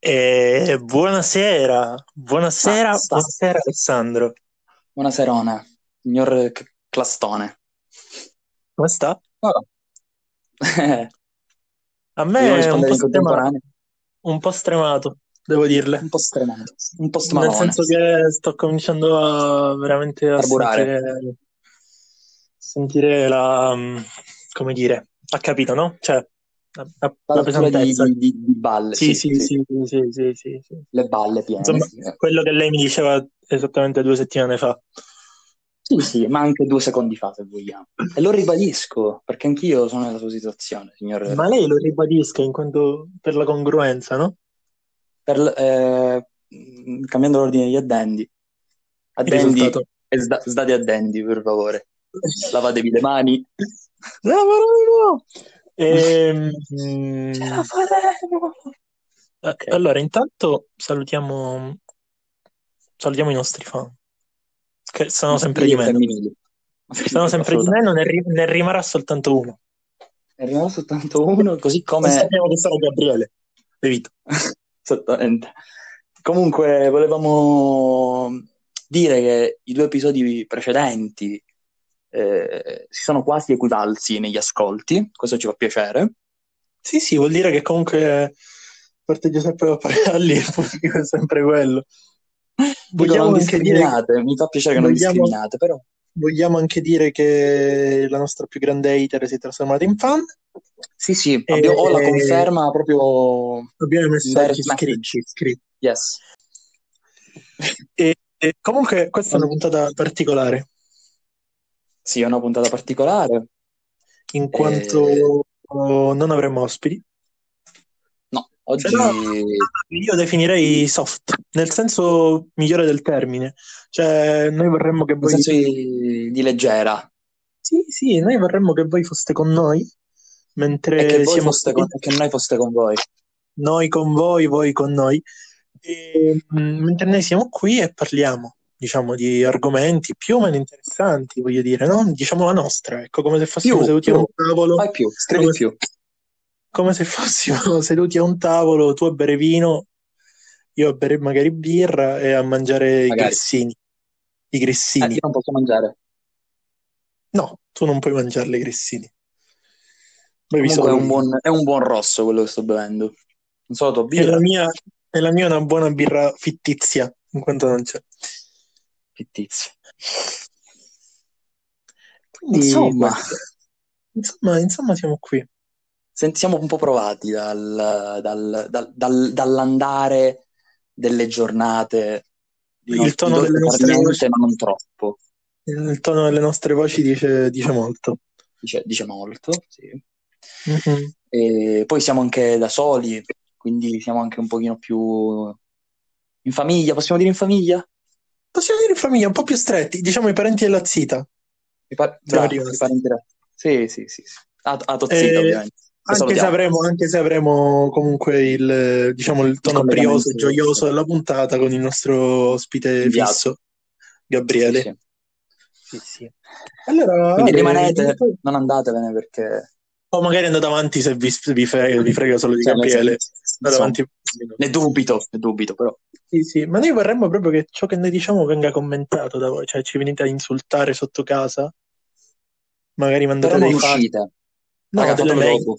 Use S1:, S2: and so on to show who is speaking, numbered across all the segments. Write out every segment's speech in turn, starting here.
S1: Eh, buonasera, buonasera,
S2: Mazza.
S1: buonasera Alessandro.
S2: Buonasera, signor C- Clastone.
S1: Come sta?
S2: No, no.
S1: Ah.
S2: Eh,
S1: A
S2: Vogliamo
S1: me è un po'
S2: rispondere in
S1: stremato,
S2: contemporanea?
S1: un po' stremato, devo dirle.
S2: Un po' stremato, un po'
S1: Nel
S2: stmalone,
S1: senso che sto cominciando a veramente a
S2: carburare.
S1: sentire, sentire la, mm, come dire, ha capito, no? Cioè, la, la- la
S2: La rottura di,
S1: pesantezza.
S2: di- di- di balle,
S1: Sì,
S2: sì,
S1: sì,
S2: sì,
S1: sì, sì, sì, sì, sì.
S2: le balle piene,
S1: Insomma,
S2: sì. eh.
S1: quello che lei mi diceva esattamente due settimane fa.
S2: Sì, sì, ma anche due secondi fa, se vogliamo. E lo ribadisco, perché anch'io sono nella sua situazione, signor...
S1: Ma lei lo ribadisca in quanto per la congruenza, no?
S2: Per, l- eh, mh, cambiando l'ordine degli addendi.
S1: Il
S2: Addendi
S1: risultato.
S2: e sda- sdadi addendi, per favore. Lavatevi le mani.
S1: No, ma no, no. Ehm,
S2: Ce
S1: mm,
S2: la faremo!
S1: eh,
S2: Ok.
S1: allora, intanto salutiamo, salutiamo i nostri fan, che sono sempre
S2: maschili
S1: di
S2: e
S1: meno.
S2: femminili. Maschili,
S1: Sono sempre di meno,
S2: assolutamente.
S1: ne, ri- ne rimarà soltanto uno.
S2: Ne rimarrà soltanto uno, così
S1: E
S2: come...
S1: sappiamo che sarà Gabriele De Vito.
S2: Esattamente. Comunque, volevamo dire che i due episodi precedenti eh, si sono quasi equivalsi negli ascolti, questo ci fa piacere.
S1: Sì, sì, vuol dire che comunque parteggio sempre da Parelli, il pubblico è sempre quello.
S2: Dico, non
S1: Vogliamo anche dire,
S2: discriminate, mi fa piacere che non
S1: vogliamo,
S2: discriminate, però...
S1: vogliamo anche dire che la nostra più grande hater si è trasformata in fan.
S2: Sì, sì, abbia- ho la
S1: E...
S2: conferma proprio
S1: Abbiamo i
S2: in direct
S1: messaggi scritti,
S2: message.
S1: scritti.
S2: Yes.
S1: E, e comunque questa è una puntata particolare,
S2: Sì, è una puntata particolare.
S1: in
S2: Eh,
S1: quanto oh, non avremo ospiti,
S2: no,
S1: però è una
S2: oggi...
S1: puntata che io definirei soft, nel senso migliore del termine. Cioè, noi vorremmo che
S2: In
S1: voi...
S2: senso di, di leggera.
S1: Sì, sì, noi vorremmo che voi foste con noi,
S2: E che
S1: mentre
S2: voi
S1: Eh, siamo
S2: foste
S1: qui,
S2: con, e che noi foste con voi.
S1: noi con voi, voi con noi. E, mh, mentre noi siamo qui e parliamo, diciamo, di argomenti più o meno interessanti, voglio dire, no? Diciamo la nostra, ecco, come se fossimo
S2: Più,
S1: seduti a un
S2: più.
S1: tavolo,
S2: Fai più, scrivi
S1: come,
S2: più.
S1: come se fossimo seduti a un tavolo, tu a bere vino, io a bere magari birra e a mangiare i
S2: Magari.
S1: grissini. I
S2: Eh, io
S1: grissini.
S2: non posso mangiare.
S1: No, tu non puoi mangiarli i grissini, bevi
S2: Comunque è
S1: solo
S2: un
S1: vino.
S2: buon, è un buon rosso quello che sto bevendo. Non so la tua
S1: E la
S2: birra.
S1: mia, e la mia è una buona birra fittizia, in quanto non c'è.
S2: Fittizio.
S1: Quindi
S2: Insomma,
S1: questo. Insomma, insomma siamo qui.
S2: senti- siamo un po' provati dal- dal- dal- dal- dall'andare delle giornate di,
S1: Il
S2: non- di
S1: tono delle
S2: dolce per
S1: nostre voci,
S2: niente, ma non troppo.
S1: il tono delle nostre voci dice, dice molto.
S2: Dice, dice molto, sì. Mm-hmm.
S1: Mhm.
S2: E poi siamo anche da soli, quindi siamo anche un pochino più in famiglia, possiamo dire in famiglia?
S1: Possiamo dire in famiglia, un po' più stretti, diciamo i parenti della zita,
S2: Mi par-
S1: siamo
S2: bravo, i
S1: rimasti.
S2: parenti. Sì, sì, sì, sì. A, a Tozzita,
S1: E
S2: ovviamente. Lo
S1: anche se
S2: salutiamo.
S1: avremo, anche se avremo comunque il, diciamo, il
S2: Il
S1: tono brioso e
S2: collegamento
S1: gioioso della puntata con il nostro ospite
S2: inviato.
S1: fisso,
S2: Sì,
S1: Gabriele.
S2: sì.
S1: Sì, sì. Allora,
S2: Quindi
S1: Ale, non
S2: rimanete,
S1: so-
S2: non andatevene perché...
S1: o magari andate avanti se vi, vi frega, vi frega solo di
S2: Cioè, nel
S1: Gabriele.
S2: senso,
S1: Andate
S2: insomma,
S1: avanti. un minuto.
S2: ne dubito, ne dubito, però.
S1: Sì, sì, ma noi vorremmo proprio che ciò che noi diciamo venga commentato da voi, cioè ci venite a insultare sotto casa, magari
S2: Però
S1: mandate
S2: non
S1: dei fax,
S2: riuscite.
S1: no,
S2: Raga,
S1: delle
S2: fatelo
S1: mail,
S2: dopo.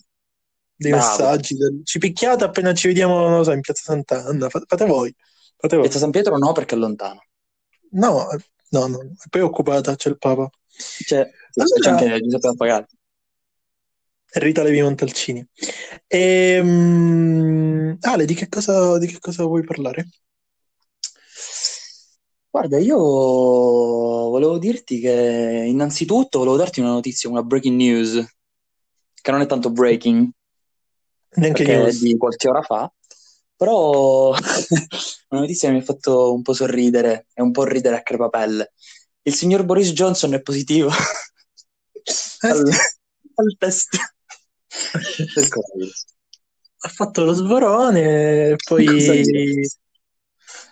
S1: dei
S2: Bravo.
S1: messaggi, del- ci picchiate appena ci vediamo, non lo so, in Piazza Sant'Anna, Fa- fate voi, fate voi.
S2: Piazza San Pietro no, perché è lontano.
S1: No, no, no, è poi occupata, c'è il Papa.
S2: Cioè, sì, e c'è
S1: Allora,
S2: anche Giuseppe Pappagallo.
S1: Rita Levi Montalcini. Ehm, Ale, di che cosa, di che cosa vuoi parlare?
S2: Guarda, io volevo dirti che innanzitutto volevo darti una notizia, una breaking news, che non è tanto breaking
S1: Neanche
S2: perché è
S1: news.
S2: di qualche ora fa, però una notizia che mi ha fatto un po' sorridere e un po' ridere a crepapelle. Il signor Boris Johnson è positivo
S1: Eh
S2: al,
S1: sì,
S2: al test del coronavirus.
S1: ha fatto lo sborone,
S2: Cosa dire?
S1: poi...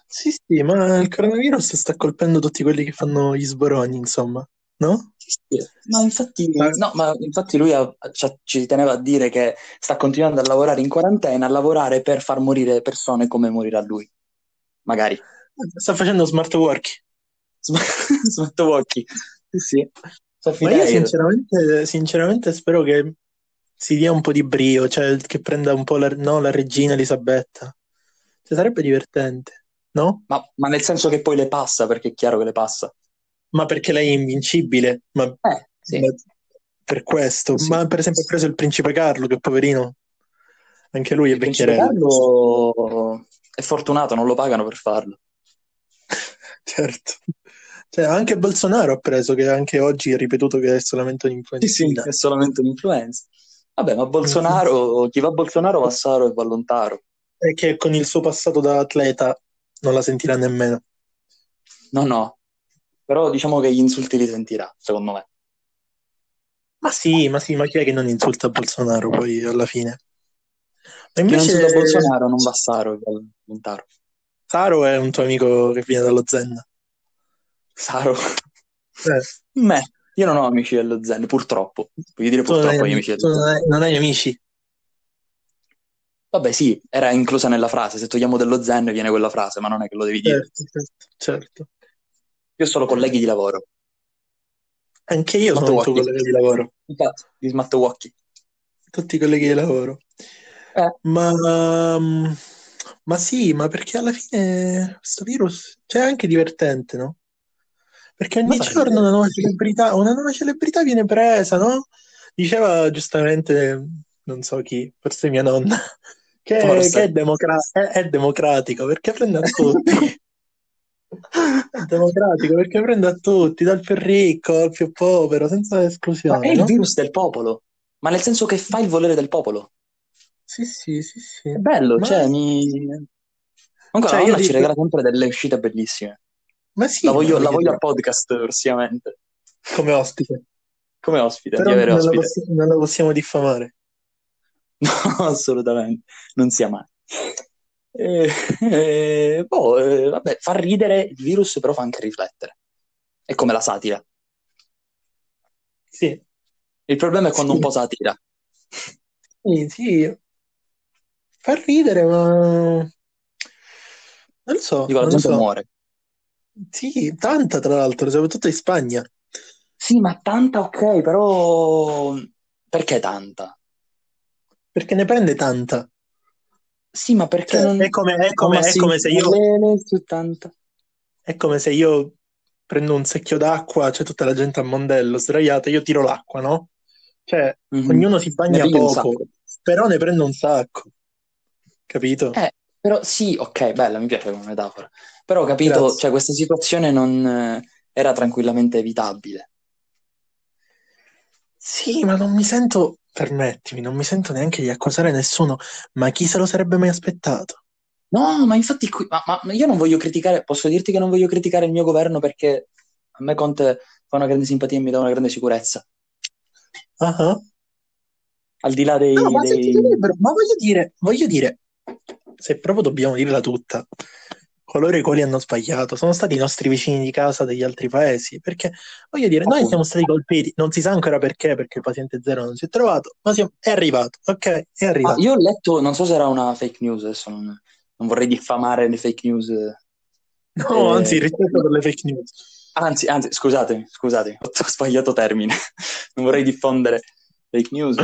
S1: Sì, sì, ma il coronavirus sta colpendo tutti quelli che fanno gli sboroni, insomma, no? sì.
S2: Ma infatti,
S1: Ma-
S2: no, ma infatti lui ha- ci- ci teneva a dire che sta continuando a lavorare in quarantena, a lavorare per far morire persone come morirà lui. Magari.
S1: Sta facendo smart working.
S2: Smetto occhi. Sì, sì.
S1: Ma io sinceramente, sinceramente spero che si dia un po' di brio, cioè che prenda un po' la, no, la regina Elisabetta. Cioè, sarebbe divertente, no?
S2: Ma, ma nel senso che poi le passa, perché è chiaro che le passa.
S1: Ma perché lei è invincibile, ma,
S2: Eh, sì.
S1: ma per questo.
S2: Sì.
S1: Ma per esempio ha preso il principe Carlo, che poverino, anche lui è
S2: Il principe
S1: vecchierello.
S2: Carlo è fortunato, non lo pagano per farlo.
S1: Certo. Cioè, anche Bolsonaro ha preso, che anche oggi ha ripetuto che è solamente un'influenza.
S2: È solamente un'influenza. Vabbè, ma Bolsonaro, chi va a Bolsonaro va a Saro e va lontano.
S1: E che con il suo passato da atleta non la sentirà nemmeno.
S2: No, no. Però diciamo che gli insulti li sentirà, secondo me.
S1: Ma sì, ma sì, ma chi è che non insulta Bolsonaro poi alla fine? Ma
S2: Chi non
S1: invece
S2: insulta Bolsonaro non va a Saro e va a lontano.
S1: Saro è un tuo amico che viene dallo Zen.
S2: Saro.
S1: Eh,
S2: Meh, io non ho amici dello Zen, purtroppo. Voglio dire
S1: tu non hai,
S2: purtroppo gli amici
S1: tu
S2: dello Zen.
S1: non hai- non hai amici.
S2: Vabbè, sì, era inclusa nella frase. Se togliamo dello Zen viene quella frase, ma non è che lo devi dire.
S1: Certo, certo, certo.
S2: Io sono colleghi di lavoro.
S1: Anche io sono
S2: Molto
S1: un tuo
S2: occhi.
S1: collega di lavoro.
S2: Infatti, di Smart Walkie.
S1: Tutti i colleghi di lavoro.
S2: Eh.
S1: Ma, mm, ma sì, ma perché alla fine questo virus cioè, è anche divertente, no? Perché
S2: Ma eh.
S1: ogni
S2: sai,
S1: giorno una nuova celebrità, una nuova celebrità viene presa, no? Diceva giustamente, non so chi, forse mia nonna, che,
S2: Forse.
S1: che è, democra- è- è democratico perché prende a tutti. È democratico perché prende a tutti, dal più ricco al più povero, senza
S2: Ma è
S1: esclusione,
S2: il
S1: no?
S2: virus del popolo. Ma nel senso che fa il volere del popolo.
S1: Sì, sì, sì, sì.
S2: È bello,
S1: Ma,
S2: cioè, mi... Comunque
S1: cioè, io
S2: la nonna ci
S1: dico,
S2: regala sempre delle uscite bellissime.
S1: ma
S2: La
S1: sì, ma
S2: voglio, la
S1: voglio
S2: voglio a
S1: dire,
S2: podcast prossimamente,
S1: come ospite.
S2: come ospite, di
S1: Però
S2: avere
S1: non la,
S2: ospite.
S1: possi- non la possiamo diffamare.
S2: No, assolutamente, non sia mai. Eh, eh, boh, eh, vabbè, fa ridere il virus, però fa anche riflettere. È come la satira.
S1: Sì,
S2: Il problema è quando un
S1: sì,
S2: po' satira.
S1: sì, sì. Fa ridere, ma non lo so,
S2: Dico, la
S1: non lo
S2: gente
S1: so.
S2: muore.
S1: Sì, tanta tra l'altro, soprattutto in Spagna.
S2: Sì, ma tanta ok, però perché tanta?
S1: Perché ne prende tanta.
S2: Sì, ma perché
S1: Cioè, è
S2: non...
S1: come, è
S2: Come
S1: come,
S2: a
S1: è come se
S2: sentire
S1: io,
S2: lele su tanta.
S1: è come se io prendo un secchio d'acqua, c'è tutta la gente a mondello sdraiata, io tiro l'acqua, no? Cioè,
S2: Mhm.
S1: ognuno si
S2: Ne
S1: bagna
S2: pigli un
S1: poco,
S2: sacco.
S1: però ne prende un sacco, capito?
S2: Eh, però sì, ok, bella, mi piace come metafora. Però ho capito,
S1: Grazie.
S2: cioè questa situazione non eh, era tranquillamente evitabile.
S1: Sì, ma non mi sento, permettimi, non mi sento neanche di accusare nessuno, ma chi se lo sarebbe mai aspettato?
S2: No, ma infatti qui, ma, ma- ma io non voglio criticare, posso dirti che non voglio criticare il mio governo perché a me Conte fa una grande simpatia e mi dà una grande sicurezza.
S1: Ah ah.
S2: Al di là
S1: No,
S2: dei,
S1: ma sentite
S2: dei...
S1: libero, ma voglio dire, voglio dire, se proprio dobbiamo dirla tutta, coloro i quali hanno sbagliato sono stati i nostri vicini di casa degli altri paesi, perché voglio dire, noi siamo
S2: appunto.
S1: stati colpiti, non si sa ancora perché, perché il paziente zero non si è trovato, ma siamo- è arrivato, ok, è
S2: Ah,
S1: arrivato.
S2: io ho letto, non so se era una fake news, adesso non, non vorrei diffamare le fake news.
S1: No, anzi,
S2: eh,
S1: rispetto per le fake news.
S2: Anzi, anzi, scusatemi, scusatemi, ho ho sbagliato termine, non vorrei diffondere fake news.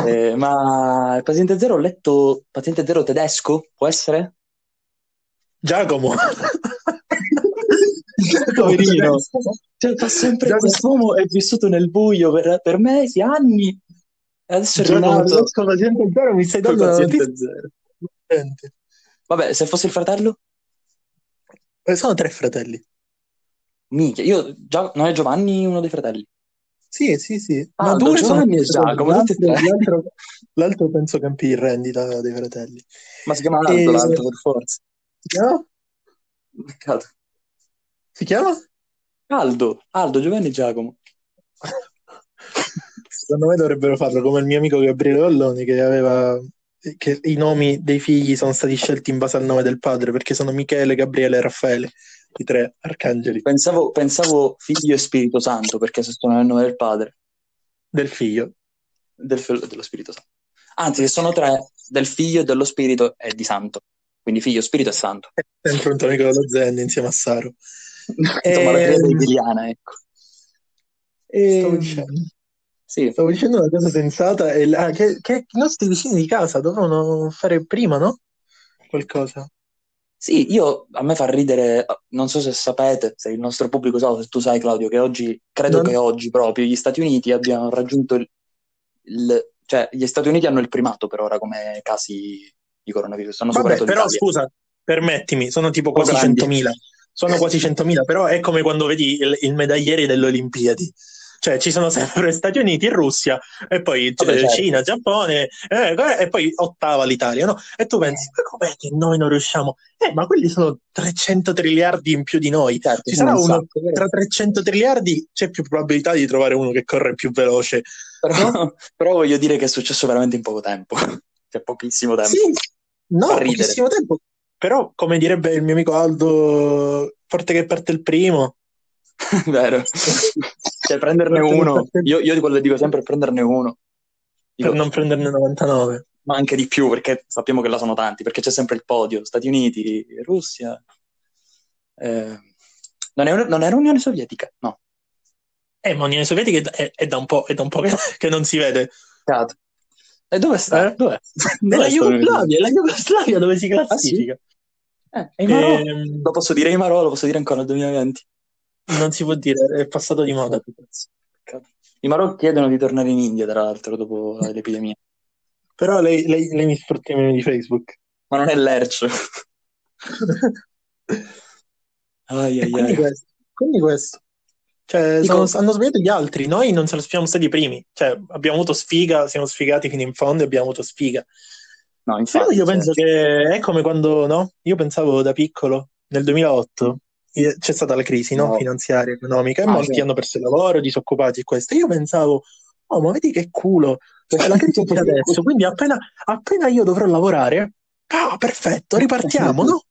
S2: Eh, ma il paziente zero ho letto, paziente zero tedesco, può essere?
S1: Giacomo. Giacomo
S2: Poverino,
S1: tedesco.
S2: cioè, fa sempre
S1: Giacomo,
S2: quest'uomo è vissuto nel buio per, per mesi, anni, e adesso è
S1: Giacomo
S2: rinato
S1: tedesco, paziente zero, mi stai
S2: col
S1: dando una
S2: paziente
S1: notizia
S2: zero.
S1: divertente.
S2: Vabbè, se fosse il fratello,
S1: Eh, Sono tre fratelli.
S2: minchia, io, Gia- non è Giovanni uno dei fratelli?
S1: Sì, sì, sì, ma
S2: Ah, Don
S1: due sono
S2: Giovanni e
S1: fratelli,
S2: Giacomo, tutti e
S1: l'altro,
S2: tre.
S1: l'altro, l'altro penso campi in rendita dei fratelli.
S2: Ma si chiama Aldo,
S1: E...
S2: l'altro per forza.
S1: no?
S2: Peccato.
S1: Si chiama?
S2: Aldo, Aldo, Giovanni e Giacomo.
S1: Secondo me dovrebbero farlo come il mio amico Gabriele Valloni che aveva che i nomi dei figli sono stati scelti in base al nome del padre, perché sono Michele, Gabriele e Raffaele, i tre arcangeli
S2: Pensavo, pensavo figlio e Spirito Santo, perché se sono nel nome del Padre,
S1: del figlio.
S2: del Figlio e dello Spirito Santo. Anzi, se sono tre, del Figlio, dello Spirito e di Santo. Quindi figlio, Spirito e Santo.
S1: Sempre Antonio Nicola Zenni insieme a Saro.
S2: Insomma, la
S1: Ehm,
S2: figlia brasiliana, ecco.
S1: Stavo
S2: Ehm,
S1: dicendo,
S2: Sì,
S1: stavo dicendo una cosa sensata, è la- che, che i nostri vicini di casa dovevano fare prima, no? Qualcosa.
S2: Sì, io a me fa ridere, non so se sapete, se il nostro pubblico sa, o se tu sai Claudio, che oggi, credo
S1: Non-
S2: che oggi proprio gli Stati Uniti abbiano raggiunto il, il- cioè gli Stati Uniti hanno il primato per ora come casi di coronavirus, hanno
S1: Vabbè,
S2: superato
S1: però
S2: l'Italia.
S1: scusa, permettimi, sono tipo
S2: Sono
S1: quasi
S2: Oh, grandi. Eh.
S1: 100.000. Sono quasi 100.000, però è come quando vedi il, il medagliere delle Olimpiadi. Cioè, ci sono sempre Stati Uniti e Russia, e poi
S2: Vabbè,
S1: eh,
S2: certo.
S1: Cina, Giappone, eh, e poi ottava l'Italia, no? E tu pensi, ma com'è che noi non riusciamo? Eh, ma quelli sono 300 triliardi in più di noi.
S2: Certo,
S1: Ci
S2: sono
S1: sarà
S2: un
S1: uno
S2: sacco, però,
S1: tra 300 triliardi, c'è più probabilità di trovare uno che corre più veloce, no?
S2: però- però voglio dire che è successo veramente in poco tempo, c'è pochissimo
S1: Sì,
S2: tempo, fa
S1: no,
S2: ridere.
S1: pochissimo tempo. Però, come direbbe il mio amico Aldo, forte che parte il primo.
S2: Vero. Cioè, prenderne
S1: Forte che
S2: uno,
S1: parte il-
S2: io, io di quello dico sempre prenderne uno,
S1: Per
S2: dico,
S1: non prenderne 99.
S2: ma anche di più, perché sappiamo che là sono tanti, perché c'è sempre il podio, Stati Uniti, Russia, eh, non, è, non era Unione Sovietica, no,
S1: Eh, ma Unione Sovietica è, è da un po', è da un po' che, che non si vede.
S2: peccato. E dove sta?
S1: Eh?
S2: Dov'è?
S1: È la
S2: Dov'è sta Unione Sovietica?
S1: Jugoslavia, è la Jugoslavia dove si
S2: Ah sì?
S1: classifica.
S2: Eh, e i Marò? Lo
S1: Ehm,
S2: posso dire i Marò, lo posso dire ancora nel 2020.
S1: non si può dire, è passato di moda.
S2: Peccato, cazzo, peccato. I Marò chiedono di tornare in India, tra l'altro, dopo l'epidemia.
S1: Però lei, lei- lei mi sfrutta i meme di Facebook.
S2: Ma non è l'ercio. Ai,
S1: E
S2: ai,
S1: quindi
S2: ai.
S1: questo. Quindi questo. Cioè, sono-
S2: Dico,
S1: hanno sbagliato gli altri, noi non se lo siamo stati i primi. Cioè, abbiamo avuto sfiga, siamo sfigati fino in fondo e abbiamo avuto sfiga.
S2: no,
S1: Però
S2: infatti,
S1: io
S2: cioè,
S1: penso che è come quando, no? Io pensavo da piccolo, nel 2008, eh, c'è stata la crisi, no?
S2: no.
S1: Finanziaria, economica, e
S2: Ah,
S1: molti
S2: certo.
S1: hanno perso il lavoro, disoccupati e questo. Io pensavo, oh, ma vedi che culo, cioè la crisi c'è adesso, quindi appena, appena io dovrò lavorare, ah, perfetto, ripartiamo, no?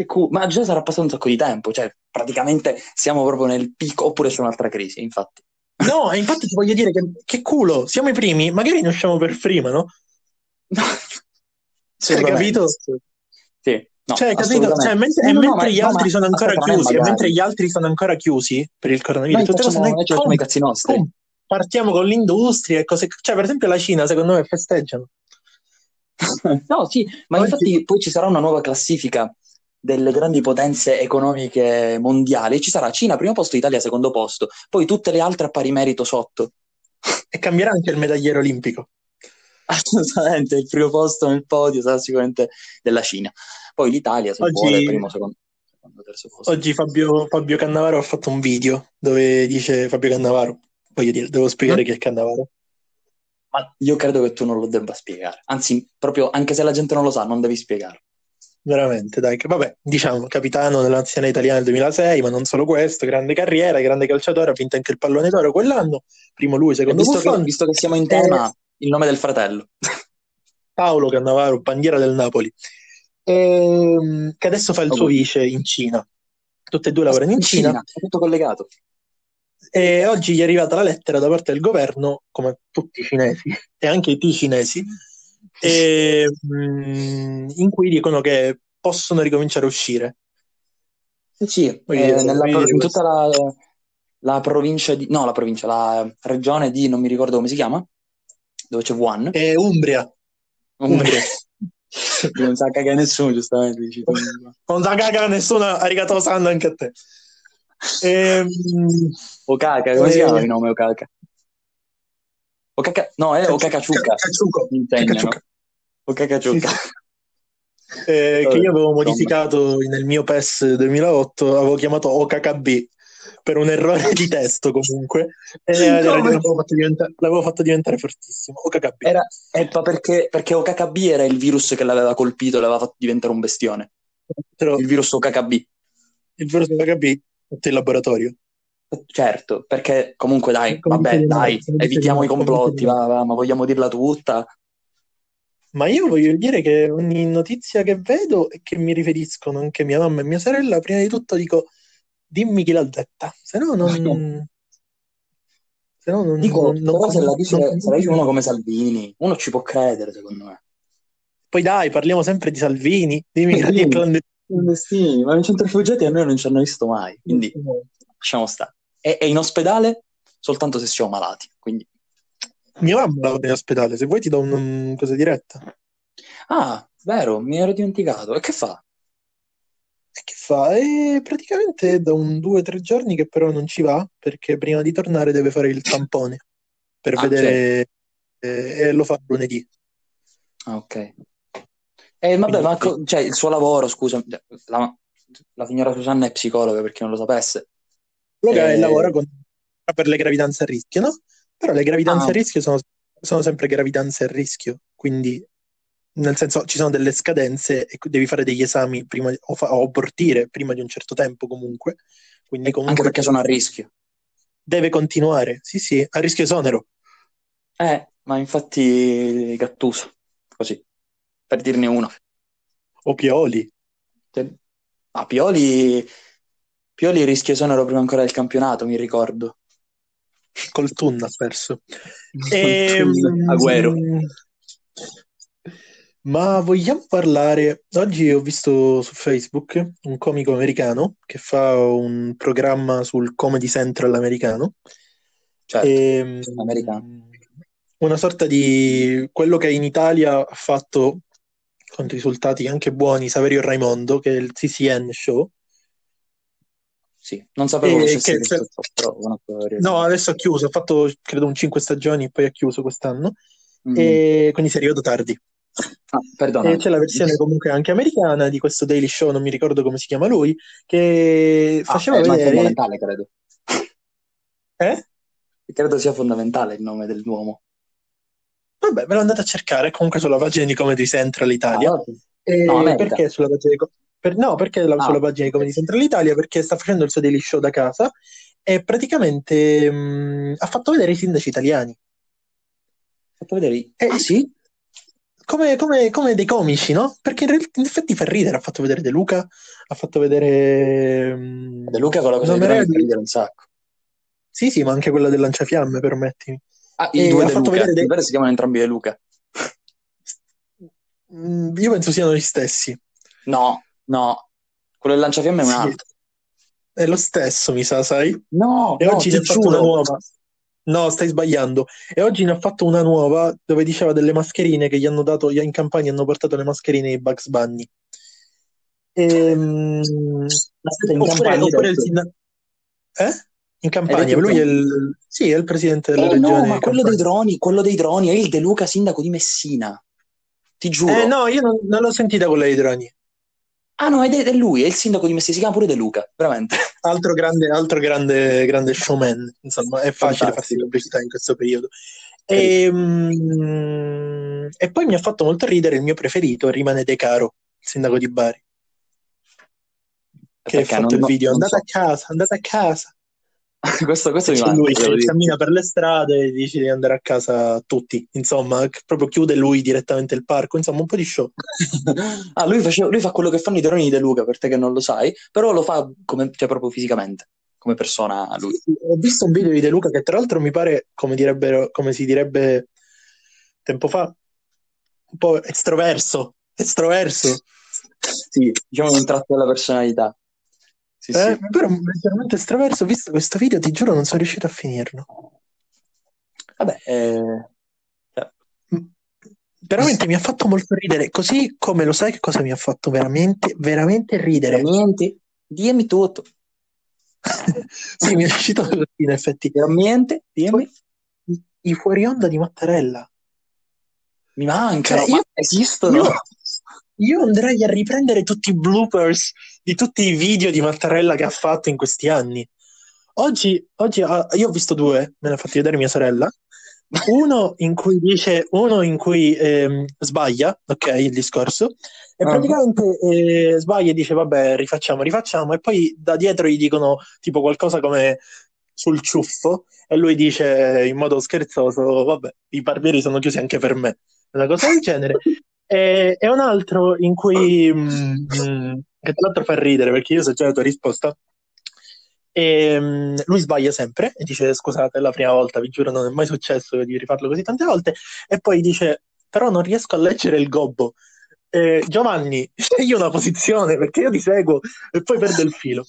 S2: Che cu- Ma già sarà passato un sacco di tempo, cioè praticamente siamo proprio nel picco, oppure c'è un'altra crisi, infatti.
S1: No, e infatti ti voglio dire che, che culo, siamo i primi, magari ne usciamo per prima, no? Cioè,
S2: Assolutamente.
S1: capito?
S2: Sì, Eh, Sì, no,
S1: Cioè, capito? Cioè,
S2: assolutamente.
S1: men-
S2: No,
S1: e
S2: no, no, ma,
S1: mentre gli
S2: no, ma
S1: altri sono ancora
S2: aspetta, ma non è
S1: chiusi, e mentre
S2: magari.
S1: gli altri sono ancora chiusi per il coronavirus,
S2: Noi
S1: tutte cose
S2: facciamo,
S1: noi
S2: noi ci facciamo i
S1: comp-
S2: cazzi nostri.
S1: comp- partiamo con l'industria e cose. Cioè, per esempio, la Cina, secondo me, festeggiano.
S2: No, sì, ma
S1: Oggi,
S2: infatti poi ci sarà una nuova classifica delle grandi potenze economiche mondiali. Ci sarà Cina primo posto, Italia secondo posto, poi tutte le altre a pari merito sotto.
S1: e cambierà anche il medagliere olimpico.
S2: Assolutamente, il primo posto nel podio sarà sicuramente della Cina. Poi l'Italia, se vuole,
S1: Oggi,
S2: primo, secondo, secondo, terzo posto.
S1: oggi Fabio, Fabio Cannavaro ha fatto un video dove dice Fabio Cannavaro. Voglio dire, devo
S2: Mm?
S1: spiegare chi è Cannavaro.
S2: Ma io credo che tu non lo debba spiegare. Anzi, proprio anche se la gente non lo sa, non devi spiegarlo.
S1: Veramente, dai, che- vabbè, diciamo, capitano della nazionale italiana del 2006, ma non solo questo, grande carriera, grande calciatore, ha vinto anche il pallone d'oro quell'anno, primo lui,
S2: E
S1: secondo Eh.
S2: visto che,
S1: Buffon,
S2: visto che siamo in
S1: e
S2: tema, il nome del fratello.
S1: Paolo Cannavaro, bandiera del Napoli, ehm, che adesso fa il suo
S2: Auguri.
S1: vice in Cina. Tutti e due lavorano
S2: Aspetta,
S1: in
S2: in
S1: Cina
S2: Cina, è tutto collegato.
S1: e oggi gli è arrivata la lettera da parte del governo, come a tutti i cinesi e anche i T cinesi, e, mm, in cui dicono che possono ricominciare a uscire.
S2: Eh Sì,
S1: Voglio dire,
S2: eh, nella
S1: voglio
S2: pro-
S1: dire
S2: in tutta
S1: questo.
S2: la, la provincia di... No, la provincia, la regione di... non mi ricordo come si chiama, dove c'è Wuhan.
S1: E Umbria. Umbria.
S2: Umbria. Che non sa cagare nessuno, giustamente. Dici, tu.
S1: Non da caga a nessuno, arigato san anche a te. Ehm,
S2: Okaka, come si chiama
S1: eh,
S2: il nome Okaka? Okaka... No, è
S1: cac-
S2: Okakaciuca,
S1: cac- cacciuco,
S2: mi insegnano.
S1: cacacciuca. Sì,
S2: Okakaciuca.
S1: sì. Eh, che
S2: Vabbè,
S1: io avevo
S2: insomma.
S1: modificato nel mio PES 2008, avevo chiamato OKKB per un errore di testo comunque, e era-
S2: Come?
S1: l'avevo fatto diventare, l'avevo fatto diventare fortissimo, OKKB.
S2: Era... eh, ma perché, perché OKB era il virus che l'aveva colpito e l'aveva fatto diventare un bestione.
S1: Però
S2: Il virus OKB.
S1: il vero OKKB è fatto in laboratorio.
S2: Certo, perché comunque dai,
S1: Come dice
S2: vabbè,
S1: di no,
S2: dai, certo,
S1: come dice di
S2: evitiamo i
S1: no, come dice di
S2: complotti,
S1: no.
S2: Mm, va, va, ma vogliamo dirla tutta.
S1: Ma io voglio dire che ogni notizia che vedo e che mi riferiscono anche mia mamma e mia sorella, prima di tutto dico dimmi chi l'ha detta, se no non... Se no non,
S2: Ah, Dico,
S1: non, non-
S2: però se la dice,
S1: non-
S2: se la dice uno come Salvini, uno ci può credere, secondo me.
S1: Poi dai, parliamo sempre di Salvini, di
S2: Salvini.
S1: immigrati clandestini.
S2: Clandestini, Mm, ma in centro rifugiati a noi non ci hanno visto mai, quindi lasciamo stare. E, e in ospedale soltanto se siamo malati, quindi...
S1: Mia mamma la va in ospedale, se vuoi ti do un, un- cosa diretta.
S2: Ah, vero, mi ero dimenticato. E che fa?
S1: E che fa? E praticamente è da un due o tre giorni che però non ci va, perché prima di tornare deve fare il tampone per
S2: Ah, certo.
S1: vedere... eh, e lo fa lunedì.
S2: Ah, ok. E vabbè,
S1: Quindi-
S2: ma co- cioè, il suo lavoro, scusa, la, la signora Susanna è psicologa, per chi non lo sapesse.
S1: Quello che
S2: Eh,
S1: lavora con- per le gravidanze a rischio, no? Però le gravidanze
S2: Ah.
S1: a rischio sono, sono sempre gravidanze a rischio, quindi nel senso ci sono delle scadenze e devi fare degli esami prima, o, fa- o abortire prima di un certo tempo comunque, quindi
S2: Anche
S1: comunque
S2: perché sono a rischio.
S1: deve continuare, sì sì, a rischio esonero.
S2: Eh, ma infatti Gattuso, così, per dirne uno.
S1: O Pioli,
S2: Cioè, Ma Pioli, Pioli rischia esonero prima ancora del campionato, mi ricordo.
S1: col Tunna ha perso.
S2: Con Agüero.
S1: Ehm, Ma vogliamo parlare? Oggi ho visto su Facebook un comico americano che fa un programma sul Comedy Central americano.
S2: Certo,
S1: Ehm,
S2: americano.
S1: una sorta di quello che in Italia ha fatto con risultati anche buoni Saverio Raimondo, che è il CCN Show.
S2: Sì, non sapevo
S1: E
S2: fosse
S1: che
S2: questo show, però buona
S1: No, adesso ha chiuso, ha fatto credo un 5 stagioni e poi ha chiuso quest'anno,
S2: Mm.
S1: e quindi sei arrivato tardi.
S2: Ah,
S1: E
S2: perdonami.
S1: c'è la versione comunque anche americana di questo Daily Show, non mi ricordo come si chiama lui, che
S2: Ah,
S1: faceva
S2: eh, ma è
S1: vedere...
S2: fondamentale, credo.
S1: Eh?
S2: Credo sia fondamentale il nome dell'uomo.
S1: Vabbè, ve l'ho andata a cercare comunque sulla pagina di Comedy Central
S2: Ah,
S1: Italia.
S2: vabbè. No,
S1: E
S2: America.
S1: perché sulla pagina di... Co- per- no, perché la-
S2: Ah,
S1: sulla pagina di Comedy Central Italia? Perché sta facendo il suo Daily Show da casa e praticamente mh, ha fatto vedere i sindaci italiani.
S2: fatto vedere. i-
S1: E
S2: Ah, sì?
S1: come, come- come dei comici, no? Perché in, realtà, in effetti fa ridere, ha fatto vedere De Luca, ha fatto vedere... mm,
S2: De
S1: mh,
S2: Luca con la cosa
S1: una
S2: di
S1: marea
S2: Draghi fa
S1: di...
S2: ridere un sacco.
S1: Sì, sì, ma anche quella del lanciafiamme, permettimi.
S2: Ah, i
S1: E
S2: due
S1: Eh, ha
S2: De
S1: fatto
S2: Luca.
S1: vedere
S2: In
S1: dei...
S2: vero si chiamano entrambi De Luca.
S1: Mm, Io penso siano gli stessi.
S2: No, no. Quello del lanciafiamme è un
S1: Sì,
S2: altro.
S1: è lo stesso, mi sa, sai?
S2: No,
S1: E
S2: no,
S1: oggi ne
S2: ti
S1: ha fatto una
S2: giuro.
S1: nuova. No, stai sbagliando. E oggi ne ha fatto una nuova dove diceva delle mascherine che gli hanno dato, gli- in campagna hanno portato le mascherine ai Bugs Bunny. Ehm,
S2: Aspetta, in
S1: oppure,
S2: campagna hai
S1: oppure il
S2: detto.
S1: sindaco. Eh? In
S2: Hai detto
S1: Campania,
S2: in
S1: lui è
S2: campagna.
S1: il, sì, è il presidente della
S2: Eh no, ma
S1: regione
S2: quello dei
S1: Campania.
S2: droni, quello dei droni è il De Luca sindaco di Messina. Ti
S1: Eh
S2: giuro.
S1: no, io non, non l'ho sentita quella dei droni.
S2: Ah no, ed è, è lui, è il sindaco di Messina, si chiama pure De Luca, veramente.
S1: Altro grande, altro grande, grande showman, insomma, è facile farsi
S2: Fantastico.
S1: pubblicità in questo periodo.
S2: Capito.
S1: E, mm, e poi mi ha fatto molto ridere il mio preferito, rimane De Caro, il sindaco di Bari, che ha
S2: Perché
S1: fatto
S2: non,
S1: il
S2: non-
S1: video,
S2: non
S1: andate a
S2: so.
S1: casa, andate a casa.
S2: Questo, questo
S1: E
S2: mi
S1: c'è
S2: manca,
S1: lui
S2: devo
S1: che
S2: dire.
S1: cammina per le strade e dice di andare a casa a tutti, insomma, che proprio chiude lui direttamente il parco, insomma, un po' di show.
S2: Ah, lui, faceva- lui fa quello che fanno i droni di De Luca, per te che non lo sai, però lo fa come, cioè, proprio fisicamente, come persona lui.
S1: Sì, Ho visto un video di De Luca che tra l'altro mi pare, come direbbero- come si direbbe tempo fa, un po' estroverso, estroverso,
S2: Sì, diciamo che è un tratto della personalità. Sì,
S1: eh?
S2: sì.
S1: Però leggermente estroverso, ho visto questo video, ti giuro non sono riuscito a finirlo.
S2: Vabbè, eh, cioè,
S1: Mm. Veramente mi ha fatto molto ridere, così come lo sai che cosa mi ha fatto veramente, veramente ridere.
S2: veramente, dimmi eh, tutto,
S1: Sì, mi è uscito così in effetti.
S2: veramente, dimmi.
S1: I, i fuori onda di Mattarella.
S2: Mi
S1: Cioè,
S2: mancano, ma
S1: io,
S2: esistono?
S1: io- io andrei a riprendere tutti i bloopers di tutti i video di Mattarella che ha fatto in questi anni. Oggi, oggi ha- io ho visto due, me ne ha fatti vedere mia sorella. Uno in cui dice, uno in cui ehm, sbaglia, ok, il discorso, e
S2: Ah,
S1: praticamente eh, sbaglia e dice, vabbè, rifacciamo, rifacciamo, e poi da dietro gli dicono tipo qualcosa come sul ciuffo, e lui dice in modo scherzoso, vabbè, i barbieri sono chiusi anche per me. una cosa del genere. E, e un altro in cui, mh, mh, che tra l'altro fa ridere perché io so già la tua risposta, e, mh, lui sbaglia sempre e dice scusate, è la prima volta, vi giuro non è mai successo di rifarlo così tante volte, e poi dice però non riesco a leggere il gobbo. Eh, Giovanni, scegli una posizione perché io ti seguo e poi perdo il filo.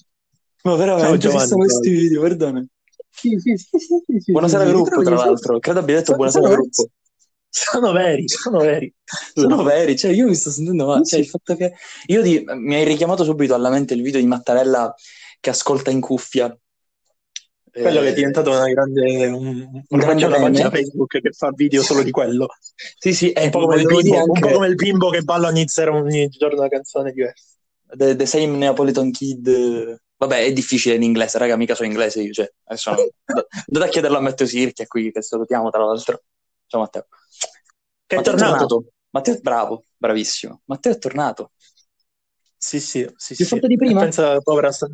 S2: Ma
S1: Ciao,
S2: veramente, ci
S1: Giovanni.
S2: sono questi video, perdone.
S1: Sì, sì, sì, sì, sì, sì,
S2: Buonasera
S1: sì, sì,
S2: gruppo,
S1: trovi-
S2: tra l'altro. Credo abbia detto
S1: Sono-
S2: buonasera
S1: sono-
S2: gruppo.
S1: Sono veri, sono veri.
S2: Sono veri, cioè io mi sto sentendo male. Cioè, il fatto che... Io di- mi hai richiamato subito alla mente il video di Mattarella che ascolta in cuffia.
S1: Quello che è
S2: Eh,
S1: diventato una grande, un,
S2: Un grande
S1: una pagina
S2: meme.
S1: Facebook che fa video solo di quello.
S2: Sì, sì, è
S1: Un po' come il
S2: volevo dire
S1: bimbo, un po'
S2: anche
S1: come il bimbo che balla ogni sera, ogni giorno una canzone diversa.
S2: the, the Same Neapolitan Kid. Vabbè, è difficile in inglese, raga, mica sono inglese io, cioè, adesso non... da- Andate a chiederlo a Matteo Sirchia qui, che salutiamo tra l'altro. Ciao Matteo.
S1: Che è
S2: Matteo
S1: tornato.
S2: Matteo è bravo, bravissimo. Matteo è tornato.
S1: Sì, sì, sì.
S2: Ti ho
S1: sì.
S2: fatto di prima?
S1: Pensa, povera sta-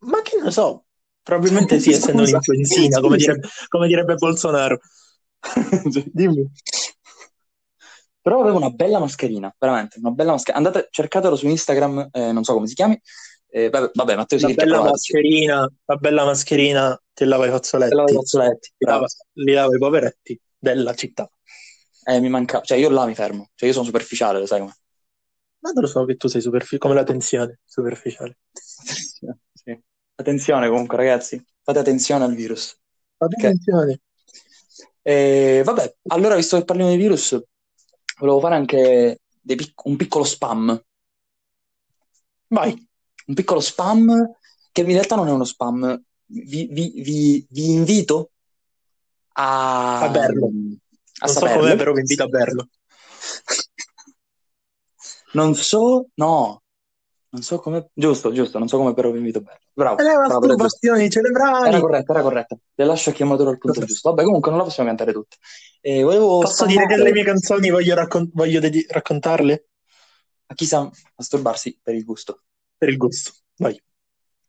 S1: Ma che ne so, probabilmente sì, essendo
S2: Scusa.
S1: un'influenzina, come, dire- come direbbe Bolsonaro.
S2: Cioè,
S1: Dimmi.
S2: Però aveva una bella mascherina, veramente, una bella mascherina. Andate, cercatelo su Instagram, eh, non so come si chiami. Eh, vabbè, vabbè, Matteo
S1: La
S2: Sirchia,
S1: bella
S2: provateci.
S1: mascherina, la bella mascherina, te lava i fazzoletti,
S2: Bella dei fazzoletti,
S1: li
S2: bravo.
S1: lava, li lava i poveretti della città.
S2: Eh, mi manca, cioè io là mi fermo, cioè io sono superficiale, lo sai come.
S1: Ma non lo so che tu sei superfi- come la tensione superficiale.
S2: Sì. Attenzione comunque, ragazzi, fate attenzione al virus.
S1: Ma
S2: Ok.
S1: attenzione.
S2: Eh, vabbè, allora visto che parliamo di virus, volevo fare anche dei pic- un piccolo spam.
S1: Vai,
S2: un piccolo spam che in realtà non è uno spam. Vi, vi- vi- vi invito a,
S1: A berlo.
S2: a
S1: non so
S2: saperlo.
S1: com'è, però vi invito a berlo.
S2: Non so, no, non so come. Giusto, giusto, non so come, però vi invito a berlo. Bravo,
S1: Allora,
S2: bravo, era
S1: tu
S2: giusto.
S1: bastioni
S2: Era
S1: cerebrali.
S2: corretto, era corretto. Le lascio a chiamatore al punto
S1: Posso-
S2: giusto. Vabbè, comunque non la possiamo cantare tutte. Eh, volevo
S1: Posso dire che
S2: spammare
S1: le mie canzoni voglio, raccon- voglio dedi- raccontarle?
S2: a chi sa masturbarsi per il gusto.
S1: Per il gusto. Vai.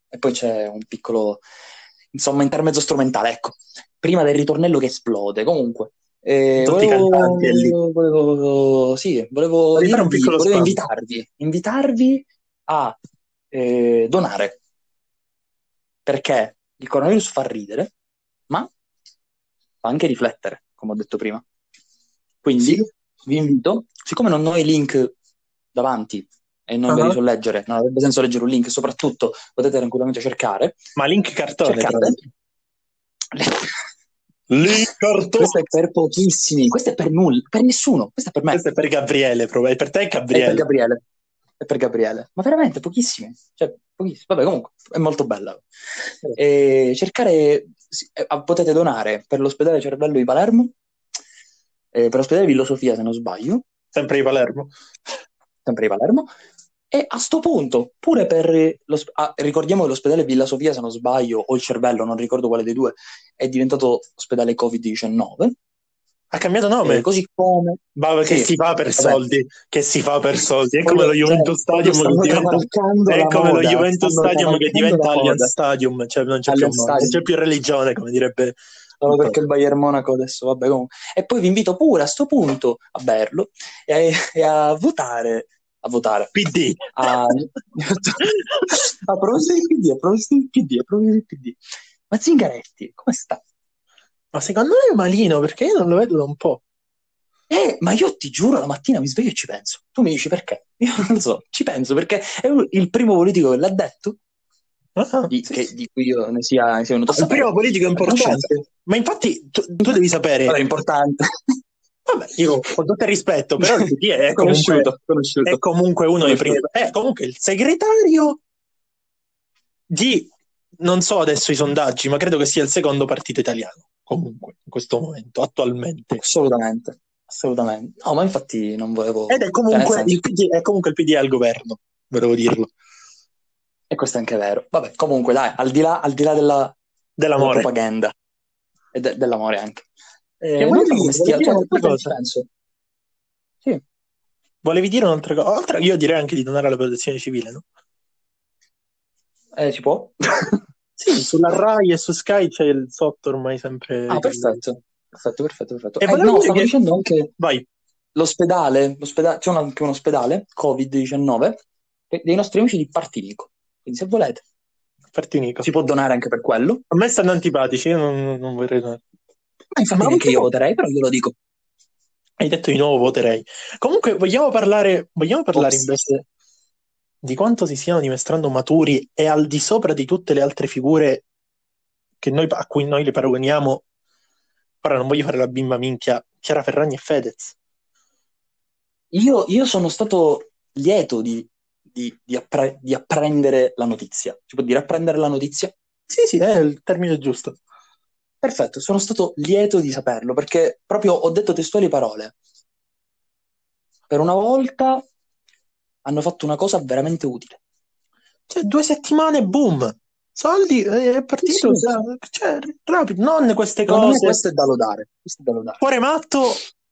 S2: E poi c'è un piccolo, insomma, intermezzo strumentale, ecco, prima del ritornello che esplode. Comunque, eh,
S1: Tutti i cantanti è lì.
S2: volevo, volevo- sì, volevo
S1: Volevi fare un
S2: dirvi-
S1: piccolo
S2: volevo
S1: spam.
S2: invitarvi, invitarvi a eh, donare, perché il coronavirus fa ridere, ma fa anche riflettere, come ho detto prima. Quindi
S1: Sì?
S2: vi invito, siccome non ho i link davanti e non ve li
S1: Ah.
S2: so leggere, non avrebbe senso leggere un link, soprattutto potete tranquillamente cercare,
S1: Ma Link Cartone, tra
S2: cercate.
S1: l'altro. Link Cartone.
S2: Questo è per pochissimi, questo è per nulla, per nessuno, questo è per me,
S1: Questo è per Gabriele, probabilmente. Per te è
S2: è per
S1: Gabriele.
S2: Gabriele, è per Gabriele, ma veramente pochissimi, cioè pochissimi, vabbè comunque è molto bella. E cercare, sì, eh, potete donare per l'ospedale Cervello di Palermo, eh, per l'ospedale Villa Sofia se non sbaglio,
S1: Sempre di Palermo.
S2: sempre di Palermo, e a sto punto, pure per l'os- ah, ricordiamo che l'ospedale Villa Sofia, se non sbaglio, o il cervello, non ricordo quale dei due, è diventato ospedale Covid-19,
S1: Ha cambiato
S2: eh,
S1: nome.
S2: così come...
S1: Ma che
S2: Sì,
S1: si fa per
S2: vabbè.
S1: soldi, che si fa per soldi. È come
S2: Proprio-
S1: lo
S2: cioè,
S1: Juventus Stadium
S2: proprio
S1: che
S2: stanno
S1: diventa
S2: cavalcando
S1: è
S2: la
S1: come lo
S2: moda,
S1: Juventus
S2: stanno
S1: Stadium che
S2: cavalcando
S1: diventa
S2: la
S1: Allianz
S2: moda.
S1: Stadium, cioè non c'è più
S2: Allianz
S1: moda, non c'è
S2: Stadium.
S1: più religione, come direbbe
S2: Solo perché il Bayern Monaco adesso, vabbè, comunque. E poi vi invito pure a sto punto a berlo e a, e a votare, a votare,
S1: PD.
S2: a, a proposito del PD, a proposito del PD, a proposito del PD. Ma Zingaretti, come sta?
S1: Ma secondo me è malino perché io non lo vedo da un po'.
S2: Eh, ma io ti giuro, la mattina mi sveglio e ci penso. Tu mi dici perché? Io non lo so, ci penso perché è il primo politico che l'ha detto,
S1: Ah,
S2: di,
S1: sì,
S2: che-
S1: sì.
S2: di cui io ne sia, ne sia venuto a
S1: Il primo
S2: sapere.
S1: politico è
S2: a conoscenza.
S1: importante, ma infatti tu, tu devi
S2: Allora, è
S1: sapere,
S2: importante.
S1: vabbè, io con tutto il rispetto, però il PD è comunque,
S2: conosciuto, conosciuto.
S1: è comunque uno dei primi, è comunque il segretario di, non so adesso i sondaggi, ma credo che sia il secondo partito italiano, comunque, in questo momento, attualmente.
S2: Assolutamente, assolutamente. No, ma infatti non volevo...
S1: Ed è
S2: cioè, nel
S1: comunque
S2: senso,
S1: il PD, è comunque il PD al governo, volevo dirlo,
S2: e questo è anche vero. Vabbè, comunque, dai, al di là, al di là della, della
S1: dell'amore.
S2: propaganda e de- dell'amore anche. Eh,
S1: Che
S2: non
S1: volevi
S2: so come
S1: dire?
S2: stia...
S1: Volevi dire
S2: Cioè,
S1: un'altra
S2: veramente ci
S1: cosa?
S2: penso. Sì.
S1: Volevi dire un'altra cosa? Oltre, io direi anche di donare alla protezione civile, no?
S2: Eh, si può?
S1: Sì, sulla Rai e su Sky c'è il sotto ormai sempre.
S2: Ah, perfetto. Perfetto, perfetto, perfetto.
S1: E
S2: Eh,
S1: volevo
S2: no,
S1: dire
S2: stavo
S1: che...
S2: dicendo anche...
S1: Vai.
S2: l'ospedale, l'ospeda- c'è un- anche un ospedale, Covid-19, e- dei nostri amici di Partinico. Quindi se volete,
S1: Partinico.
S2: si può donare anche per quello.
S1: A me stanno antipatici, io non, non vorrei.
S2: Ma infatti
S1: Ma
S2: neanche
S1: anche
S2: io
S1: no.
S2: voterei, però glielo dico.
S1: Hai detto di nuovo voterei. Comunque, vogliamo parlare, vogliamo parlare
S2: Ops.
S1: invece di quanto si stiano dimostrando maturi e al di sopra di tutte le altre figure che noi- a cui noi le paragoniamo. Ora non voglio fare la bimba minchia, Chiara Ferragni e Fedez.
S2: Io, io sono stato lieto di, di- di appre- di apprendere la notizia. Si può dire apprendere la notizia?
S1: Sì, sì, è il termine giusto.
S2: Perfetto, sono stato lieto di saperlo perché proprio ho detto testuali parole. Per una volta hanno fatto una cosa veramente utile.
S1: Cioè, due settimane, boom! Soldi, eh, è partito,
S2: Sì, sì.
S1: cioè, rapido, non queste
S2: Secondo me
S1: cose.
S2: questo è da lodare. Questo è da lodare.
S1: Cuore matto,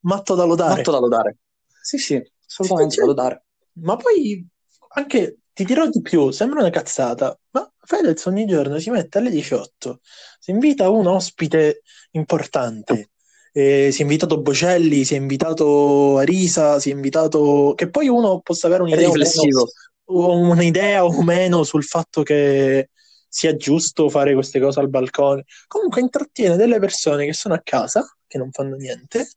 S1: matto da lodare.
S2: Matto da lodare. Sì, sì, assolutamente
S1: Sì,
S2: da
S1: sì.
S2: lodare.
S1: Ma poi anche ti dirò di più, sembra una cazzata, ma Fedez ogni giorno si mette alle 18, si invita un ospite importante, eh, si è invitato Bocelli, si è invitato Arisa, si è invitato... che poi uno possa avere
S2: È
S1: un'idea o meno,
S2: riflessivo.
S1: o un'idea o meno sul fatto che sia giusto fare queste cose al balcone. Comunque intrattiene delle persone che sono a casa, che non fanno niente,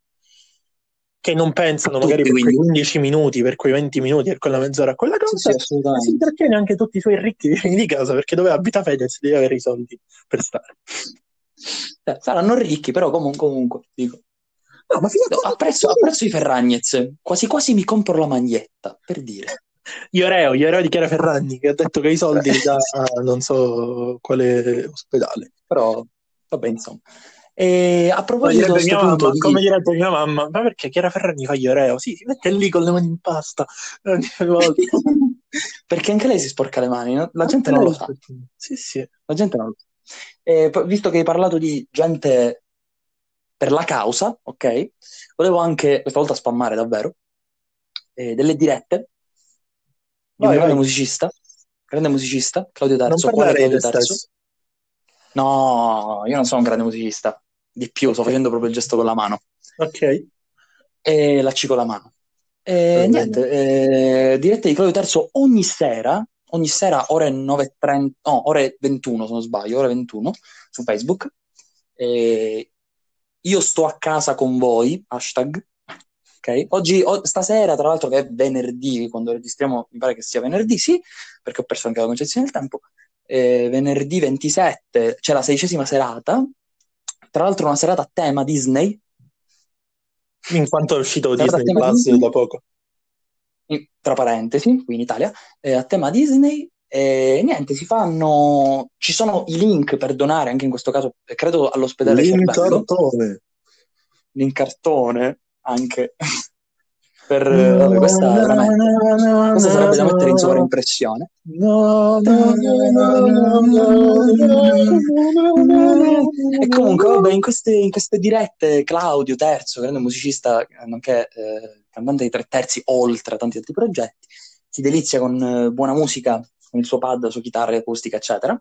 S1: che non pensano
S2: Tutti,
S1: magari per quei
S2: quindi.
S1: 15 minuti, per quei 20 minuti, per quella mezz'ora a quella
S2: Sì, sì,
S1: cosa, e si
S2: assolutamente.
S1: intrattiene anche tutti i suoi ricchi vicini di casa, perché dove abita Fedez deve avere i soldi per stare.
S2: Eh, saranno ricchi, però comun- comunque, dico.
S1: No, ma fino a
S2: No,
S1: quando...
S2: apprezzo, apprezzo i Ferragnez, quasi quasi mi compro la maglietta, per dire.
S1: Io reo, io reo di Chiara Ferragni, che ha detto che i soldi
S2: Eh,
S1: li dà a non so quale ospedale.
S2: Però, vabbè, insomma. E a
S1: Come
S2: proposito a
S1: direbbe
S2: questo
S1: mia
S2: punto
S1: mamma,
S2: di...
S1: come direbbe mia mamma, ma perché Chiara Ferragni fa gli oreo? Sì, si mette lì con le mani in pasta ogni volta.
S2: Perché anche lei si sporca le mani, no? La gente
S1: Anche
S2: non lo
S1: lei
S2: sa.
S1: fa così. Sì, sì.
S2: La gente non lo sa. E poi, visto che hai parlato di gente per la causa, ok? Volevo anche, questa volta spammare davvero, eh, delle dirette di un
S1: Vai,
S2: grande
S1: vai,
S2: musicista, grande musicista, Claudio
S1: non
S2: Terzo. Quale
S1: parlare di
S2: Claudio
S1: te
S2: Terzo?
S1: stesso.
S2: No, io non sono un grande musicista. Di più, sto
S1: Ok,
S2: facendo proprio il gesto con la mano.
S1: ok.
S2: E l'acci con la mano. E niente, eh, dirette di Claudio Terzo ogni sera, ogni sera ore 9.30, no, ore 21 se non sbaglio, ore 21 su Facebook. E io sto a casa con voi, hashtag. Ok? Oggi, o- stasera, tra l'altro, che è venerdì, quando registriamo, mi pare che sia venerdì, sì, perché ho perso anche la concezione del tempo. Eh, venerdì 27 c'è la sedicesima serata, tra l'altro una serata a tema Disney,
S1: In quanto è uscito
S2: serata a
S1: Disney
S2: tema
S1: Plus
S2: Disney,
S1: da poco.
S2: in- tra parentesi, qui in Italia, eh, a tema Disney. E niente, si fanno, ci sono i link per donare, anche in questo caso, eh, credo all'ospedale Cervello,
S1: L'incartone.
S2: in cartone anche. per, eh, vabbè, questa veramente, questa sarebbe da mettere in sovraimpressione. E comunque, vabbè, in queste, in queste dirette Claudio Terzo, grande musicista, nonché eh, cantante di tre terzi, oltre a tanti altri progetti, si delizia con eh, buona musica, con il suo pad, la sua chitarra acustica, eccetera,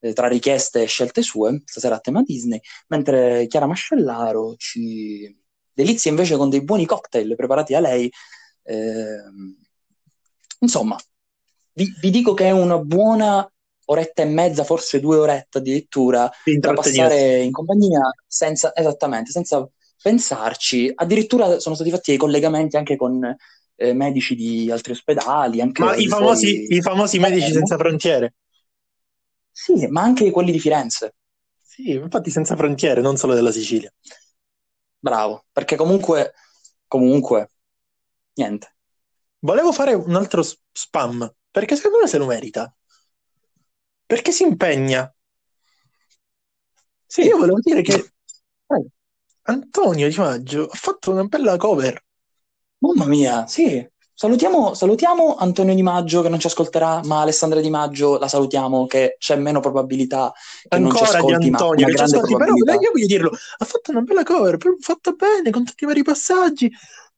S2: eh, tra richieste e scelte sue, stasera a tema Disney, mentre Chiara Mascellaro ci delizia invece con dei buoni cocktail preparati da lei. Ehm, insomma, vi, vi dico che è una buona oretta e mezza, forse due orette addirittura,
S1: Di
S2: da
S1: intrattenimento.
S2: passare in compagnia senza, esattamente, senza pensarci. Addirittura sono stati fatti dei collegamenti anche con eh, medici di altri ospedali,
S1: Ma
S2: anche
S1: i
S2: di
S1: famosi,
S2: fuori
S1: i famosi Medici
S2: Palermo.
S1: Senza Frontiere.
S2: Sì, ma anche quelli di Firenze.
S1: Sì, infatti Senza Frontiere, non solo della Sicilia.
S2: Bravo, perché comunque, comunque, niente.
S1: Volevo fare un altro s- spam, perché secondo me se lo merita. Perché si impegna.
S2: Sì.
S1: Io volevo dire che
S2: Prego.
S1: Antonio Di Maggio ha fatto una bella cover.
S2: Mamma mia, sì. Salutiamo, salutiamo Antonio Di Maggio che non ci ascolterà, ma Alessandra Di Maggio la salutiamo che c'è meno probabilità che non ci
S1: Ancora di
S2: ascolti, ma
S1: Antonio,
S2: una
S1: che ci
S2: grande
S1: ascolti, però
S2: probabilità.
S1: io voglio dirlo, ha fatto una bella cover, proprio fatta bene, con tutti i vari passaggi,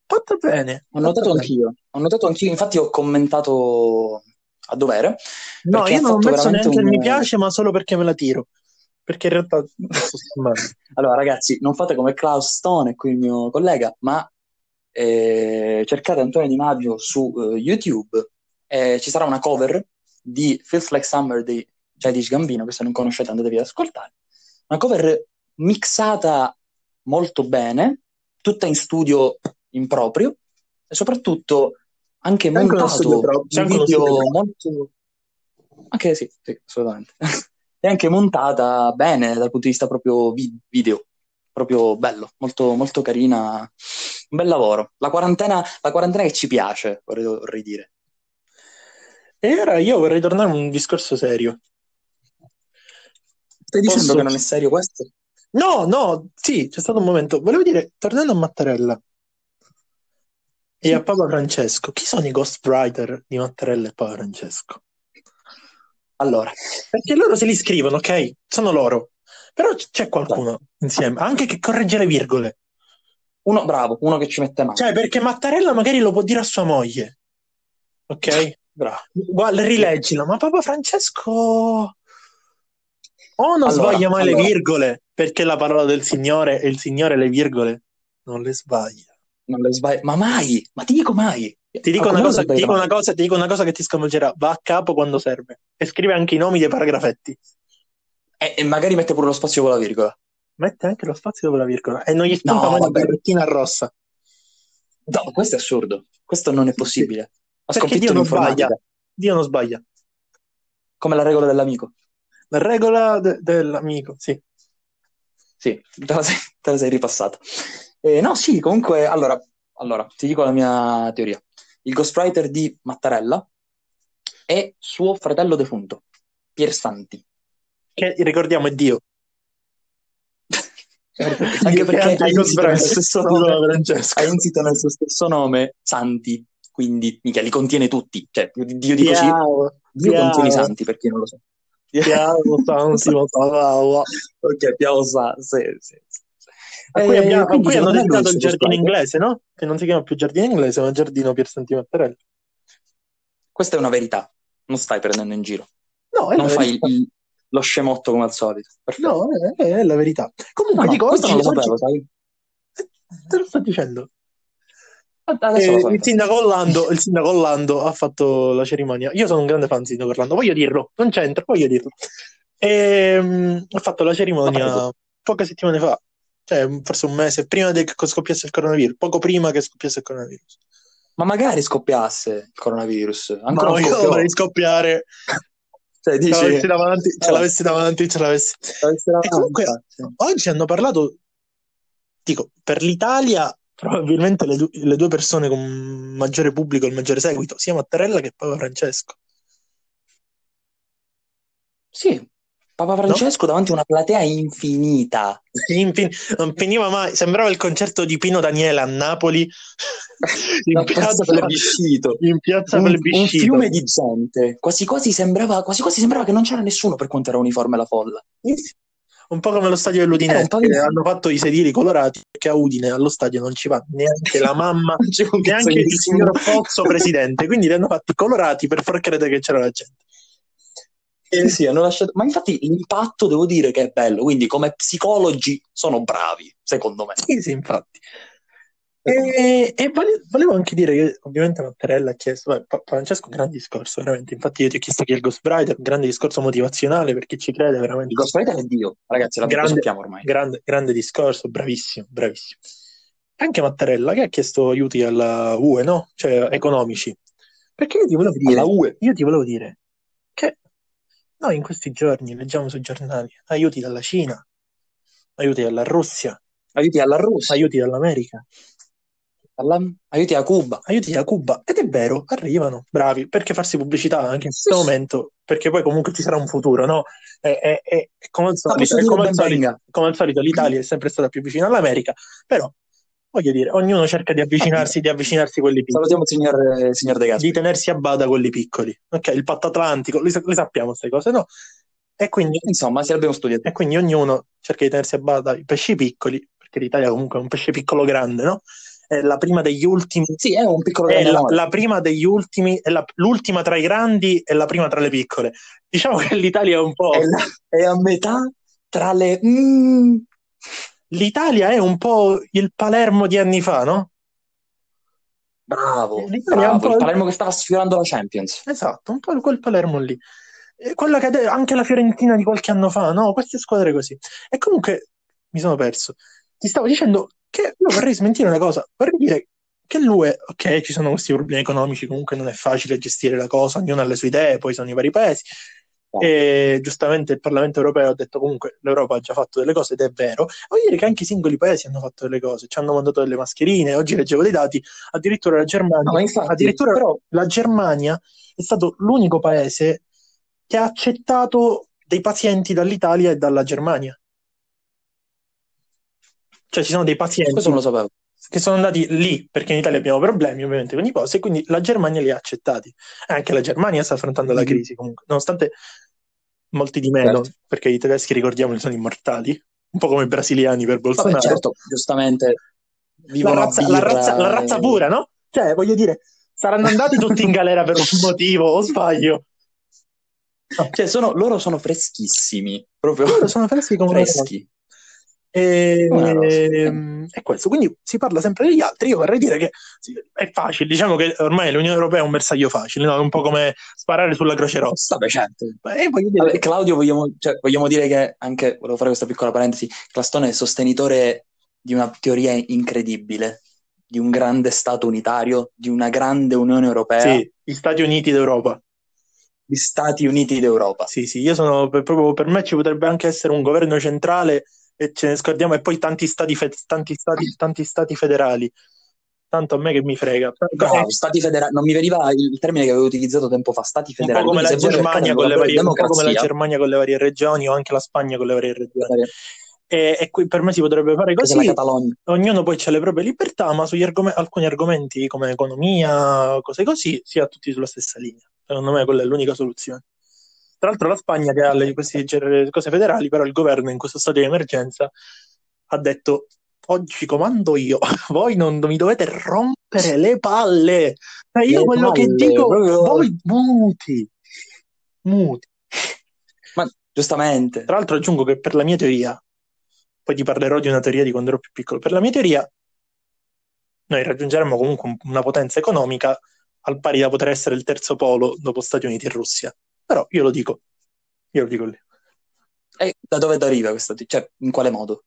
S1: fatta bene,
S2: Ho
S1: fatta
S2: notato
S1: bene.
S2: anch'io, ho notato anch'io, infatti ho commentato a dovere,
S1: No,
S2: perché
S1: io
S2: ha
S1: non ho
S2: fatto
S1: messo
S2: veramente
S1: neanche il mi
S2: un...
S1: piace, ma solo perché me la tiro, perché in realtà sto spammando.
S2: Allora ragazzi, non fate come Klaus Stone, qui il mio collega, ma eh, cercate Antonio Di Maggio su eh, YouTube, eh, ci sarà una cover di Feels Like Summer di Jadish Gambino, che se non conoscete andatevi ad ascoltare, una cover mixata molto bene, tutta in studio in proprio, e soprattutto anche
S1: C'è anche uno studio
S2: montato
S1: proprio, c'è
S2: un
S1: anche uno
S2: video
S1: studio proprio.
S2: molto... Anche sì, sì, assolutamente. E anche montata bene dal punto di vista proprio vi- video. Proprio bello, molto, molto carina. Un bel lavoro. La quarantena, la quarantena che ci piace, vorrei, vorrei dire.
S1: E ora io vorrei tornare a un discorso serio.
S2: Stai dicendo
S1: Posso-
S2: che non è serio questo?
S1: No, no, sì, c'è stato un momento. Volevo dire, tornando a Mattarella e a Papa Francesco, chi sono i ghostwriter di Mattarella e Papa Francesco?
S2: Allora,
S1: Perché loro se li scrivono, ok? Sono loro. Però c- c'è qualcuno insieme, anche che corregge le virgole.
S2: uno bravo, uno che ci mette mano.
S1: Cioè, perché Mattarella magari lo può dire a sua moglie, ok?
S2: Bravo.
S1: Guarda, rileggila, ma Papa Francesco o non
S2: Allora,
S1: sbaglia mai le
S2: allora.
S1: virgole, perché è la parola del Signore e il Signore le virgole non le sbaglia.
S2: Non le sbagli- Ma mai, ma ti dico mai.
S1: Ti dico, una
S2: Ma come lo
S1: cosa, ti
S2: sbaglierò
S1: dico
S2: mai?
S1: una cosa, ti dico una cosa che ti sconvolgerà. Va a capo quando serve e scrive anche i nomi dei paragrafetti.
S2: E, e magari mette pure lo spazio con la virgola.
S1: Mette anche lo spazio dove la virgola e non gli spunta
S2: No,
S1: mai una
S2: vabbè.
S1: barrettina rossa.
S2: No, questo è assurdo. Questo non è possibile. Ha
S1: Perché Dio
S2: sconfitto
S1: non sbaglia.
S2: l'informatica,
S1: Dio non sbaglia.
S2: come la regola dell'amico.
S1: La regola de- dell'amico, sì.
S2: Sì, te la sei, te la sei ripassata. Eh, no, sì, comunque, allora, allora, ti dico la mia teoria. Il ghostwriter di Mattarella è suo fratello defunto, Pier Santi.
S1: Che ricordiamo è Dio.
S2: Anche perché ha insito nel suo stesso nome, ha insito nel suo stesso nome Santi, quindi mica li contiene tutti. Cioè, Dio di così, Dio contiene i santi, per chi non lo sa. Ok, Piao sa, sì, sì. sì.
S1: A cui,
S2: Eh,
S1: abbiamo- a
S2: quindi
S1: cui hanno
S2: secondo me lui è
S1: dedicato il
S2: suo
S1: giardino
S2: ghostwriter.
S1: inglese, no? Che non si chiama più giardino inglese, ma giardino Pier Santi Mattarella.
S2: Questa è una verità, non stai prendendo in giro.
S1: No, è
S2: Non
S1: la
S2: fai
S1: verità.
S2: il- lo scemotto come al solito. Perfetto.
S1: No, è, è la verità.
S2: No,
S1: Comunque,
S2: no,
S1: dico,
S2: questo
S1: oggi,
S2: non lo
S1: oggi
S2: sapevo, sai?
S1: Eh, te lo sto dicendo.
S2: Ad- Adesso
S1: Eh,
S2: lo so.
S1: il, sindaco Orlando, il sindaco Orlando ha fatto la cerimonia. Io sono un grande fan del sindaco Orlando, voglio dirlo, non c'entra, voglio dirlo. Ehm, ha fatto la cerimonia poche settimane fa, cioè forse un mese prima del- che scoppiasse il coronavirus, poco prima che scoppiasse il coronavirus.
S2: Ma magari scoppiasse il coronavirus.
S1: Ma
S2: Ancora non
S1: io
S2: scoppiò.
S1: dovrei scoppiare,
S2: Cioè,
S1: ce
S2: dici...
S1: l'avessi davanti, ce
S2: Eh.
S1: l'avessi davanti, ce l'avessi.
S2: deve essere
S1: E comunque
S2: avanti, sì.
S1: oggi hanno parlato, dico, per l'Italia probabilmente le, du- le due persone con maggiore pubblico e il maggiore seguito, sia Mattarella che Papa Francesco.
S2: Sì, Papa Francesco davanti a una platea infinita.
S1: Infin- non finiva mai, sembrava il concerto di Pino Daniele a Napoli in
S2: Una piazza
S1: piazza,
S2: plebiscito.
S1: in piazza
S2: Un, un
S1: Plebiscito.
S2: fiume di gente. Quasi quasi sembrava, quasi quasi sembrava che non c'era nessuno per quanto era uniforme la folla.
S1: Un po' come lo stadio
S2: Era
S1: dell'Udinese,
S2: Eh, un
S1: che
S2: pavimento.
S1: hanno fatto i sedili colorati perché a Udine allo stadio non ci va neanche la mamma,
S2: Non c'è un cazzo
S1: neanche
S2: di
S1: il
S2: nessuno.
S1: signor Pozzo presidente, quindi li hanno fatti colorati per far credere che c'era la gente.
S2: Sì, sì, hanno lasciato... Ma infatti l'impatto devo dire che è bello, quindi come psicologi sono bravi, secondo me.
S1: Sì, sì, infatti. Ecco. E, e vole- volevo anche dire che ovviamente Mattarella ha chiesto, beh, Pa- Francesco, un gran discorso, veramente. Infatti, io ti ho chiesto chi è il ghostwriter, un grande discorso motivazionale per chi ci crede,
S2: Il
S1: veramente.
S2: ghostwriter è Dio, ragazzi, la- lo
S1: Grande,
S2: sappiamo ormai.
S1: grande, grande discorso, bravissimo, bravissimo. Anche Mattarella che ha chiesto aiuti alla UE, no? Cioè, economici. Perché io ti volevo
S2: Alla
S1: dire,
S2: UE.
S1: io ti volevo dire che noi in questi giorni leggiamo sui giornali aiuti dalla Cina, aiuti dalla Russia,
S2: Aiuti alla Russia,
S1: aiuti dall'America.
S2: alla- aiuti a Cuba.
S1: aiuti da Cuba. Ed è vero, arrivano, bravi, perché farsi pubblicità anche in questo
S2: Sì, sì.
S1: momento, perché poi comunque ci sarà un futuro, no? E, e- e- e come al
S2: Ma
S1: solito,
S2: posso
S1: e
S2: dire
S1: come al
S2: ben
S1: solito,
S2: venga.
S1: come al solito l'Italia è sempre stata più vicina all'America, però voglio dire, ognuno cerca di avvicinarsi, di avvicinarsi a quelli piccoli,
S2: Salutiamo il signor, eh, signor De
S1: di
S2: Gasperi.
S1: tenersi a bada quelli piccoli. Ok, il patto atlantico, li, sa- li sappiamo queste cose, no? E quindi,
S2: Insomma, se l'abbiamo studiato.
S1: e quindi ognuno cerca di tenersi a bada i pesci piccoli, perché l'Italia comunque è un pesce piccolo grande, no? È la prima degli ultimi
S2: Sì, è un piccolo
S1: è
S2: grande
S1: la,
S2: amore.
S1: la prima degli ultimi, è la- l'ultima tra i grandi e la prima tra le piccole. Diciamo che l'Italia è un po'.
S2: È, la- è a metà tra le... Mm,
S1: L'Italia è un po' il Palermo di anni fa, no?
S2: Bravo,
S1: L'Italia Eh, è un
S2: bravo,
S1: po'
S2: il
S1: il-
S2: Palermo che stava sfiorando la Champions.
S1: Esatto, un po' quel Palermo lì. E Quella che ade- anche la Fiorentina di qualche anno fa, no? Queste squadre così. E comunque mi sono perso. Ti stavo dicendo che io vorrei smentire una cosa. Vorrei dire che l'UE, ok, ci sono questi problemi economici, comunque non è facile gestire la cosa, ognuno ha le sue idee, poi sono i vari paesi. E giustamente il Parlamento europeo ha detto comunque l'Europa ha già fatto delle cose ed è vero. Voglio dire che anche i singoli paesi hanno fatto delle cose, ci hanno mandato delle mascherine, oggi leggevo dei dati, addirittura la Germania
S2: No, ma infatti,
S1: addirittura Ah, però la Germania è stato l'unico paese che ha accettato dei pazienti dall'Italia e dalla Germania. Cioè ci sono dei pazienti
S2: questo non lo sapevo.
S1: che sono andati lì perché in Italia abbiamo problemi ovviamente con i posti e quindi la Germania li ha accettati. E Anche la Germania sta affrontando la
S2: Mhm.
S1: crisi comunque, nonostante molti di meno,
S2: Certo.
S1: perché i tedeschi ricordiamoli sono immortali, un po' come i brasiliani per
S2: Vabbè,
S1: Bolsonaro.
S2: certo, giustamente
S1: la
S2: vivono a
S1: razza, la
S2: birra
S1: razza- la
S2: e-
S1: razza pura, no? Cioè, voglio dire, saranno andati tutti in galera per un motivo, o sbaglio?
S2: Cioè, sono- loro sono freschissimi, proprio
S1: Loro sono freschi come una rosa.
S2: freschi.
S1: E,
S2: Una rosa.
S1: ehm, è questo, quindi si parla sempre degli altri. Io vorrei dire che sì, è facile, diciamo che ormai l'Unione Europea è un bersaglio facile, no? È un po' come sparare sulla Croce Rossa.
S2: Vabbè, certo.
S1: Ma- E voglio dire,
S2: Vabbè, Claudio, vogliamo, cioè, vogliamo dire che anche, volevo fare questa piccola parentesi, Clastone è sostenitore di una teoria incredibile, di un grande Stato unitario, di una grande Unione Europea,
S1: sì, gli Stati Uniti d'Europa.
S2: di Stati Uniti d'Europa.
S1: Sì, sì, io sono per- proprio per me ci potrebbe anche essere un governo centrale e ce ne scordiamo, e poi tanti stati, fe- tanti stati, tanti stati federali. Tanto a me che mi frega.
S2: Bravo, stati federali, non mi veniva il termine che avevo utilizzato tempo fa, stati
S1: un po'
S2: federali.
S1: come la
S2: Quindi se voi
S1: Germania
S2: cercate
S1: con le
S2: proprio
S1: varie, un po' come la
S2: democrazia,
S1: Germania con le varie regioni o anche la Spagna con le varie regioni.
S2: vedete
S1: E, e qui per me si potrebbe fare
S2: che c'è la
S1: così,
S2: Catalogna.
S1: ognuno poi ha le proprie libertà, ma sugli argome- alcuni argomenti come economia, cose così, si è tutti sulla stessa linea. Secondo me quella è l'unica soluzione. Tra l'altro la Spagna che ha le- queste ger- cose federali, però il governo in questo stato di emergenza ha detto oggi comando io, voi non mi dovete rompere le palle. Ma io
S2: Le
S1: quello che
S2: palle,
S1: dico,
S2: proprio-
S1: voi muti, muti.
S2: Ma giustamente,
S1: Tra l'altro aggiungo che per la mia teoria, poi ti parlerò di una teoria di quando ero più piccolo, per la mia teoria noi raggiungeremo comunque un- una potenza economica al pari da poter essere il terzo polo dopo Stati Uniti e Russia. Però io lo dico, io lo dico lì.
S2: e eh, da dove deriva questa? Cioè, in quale modo?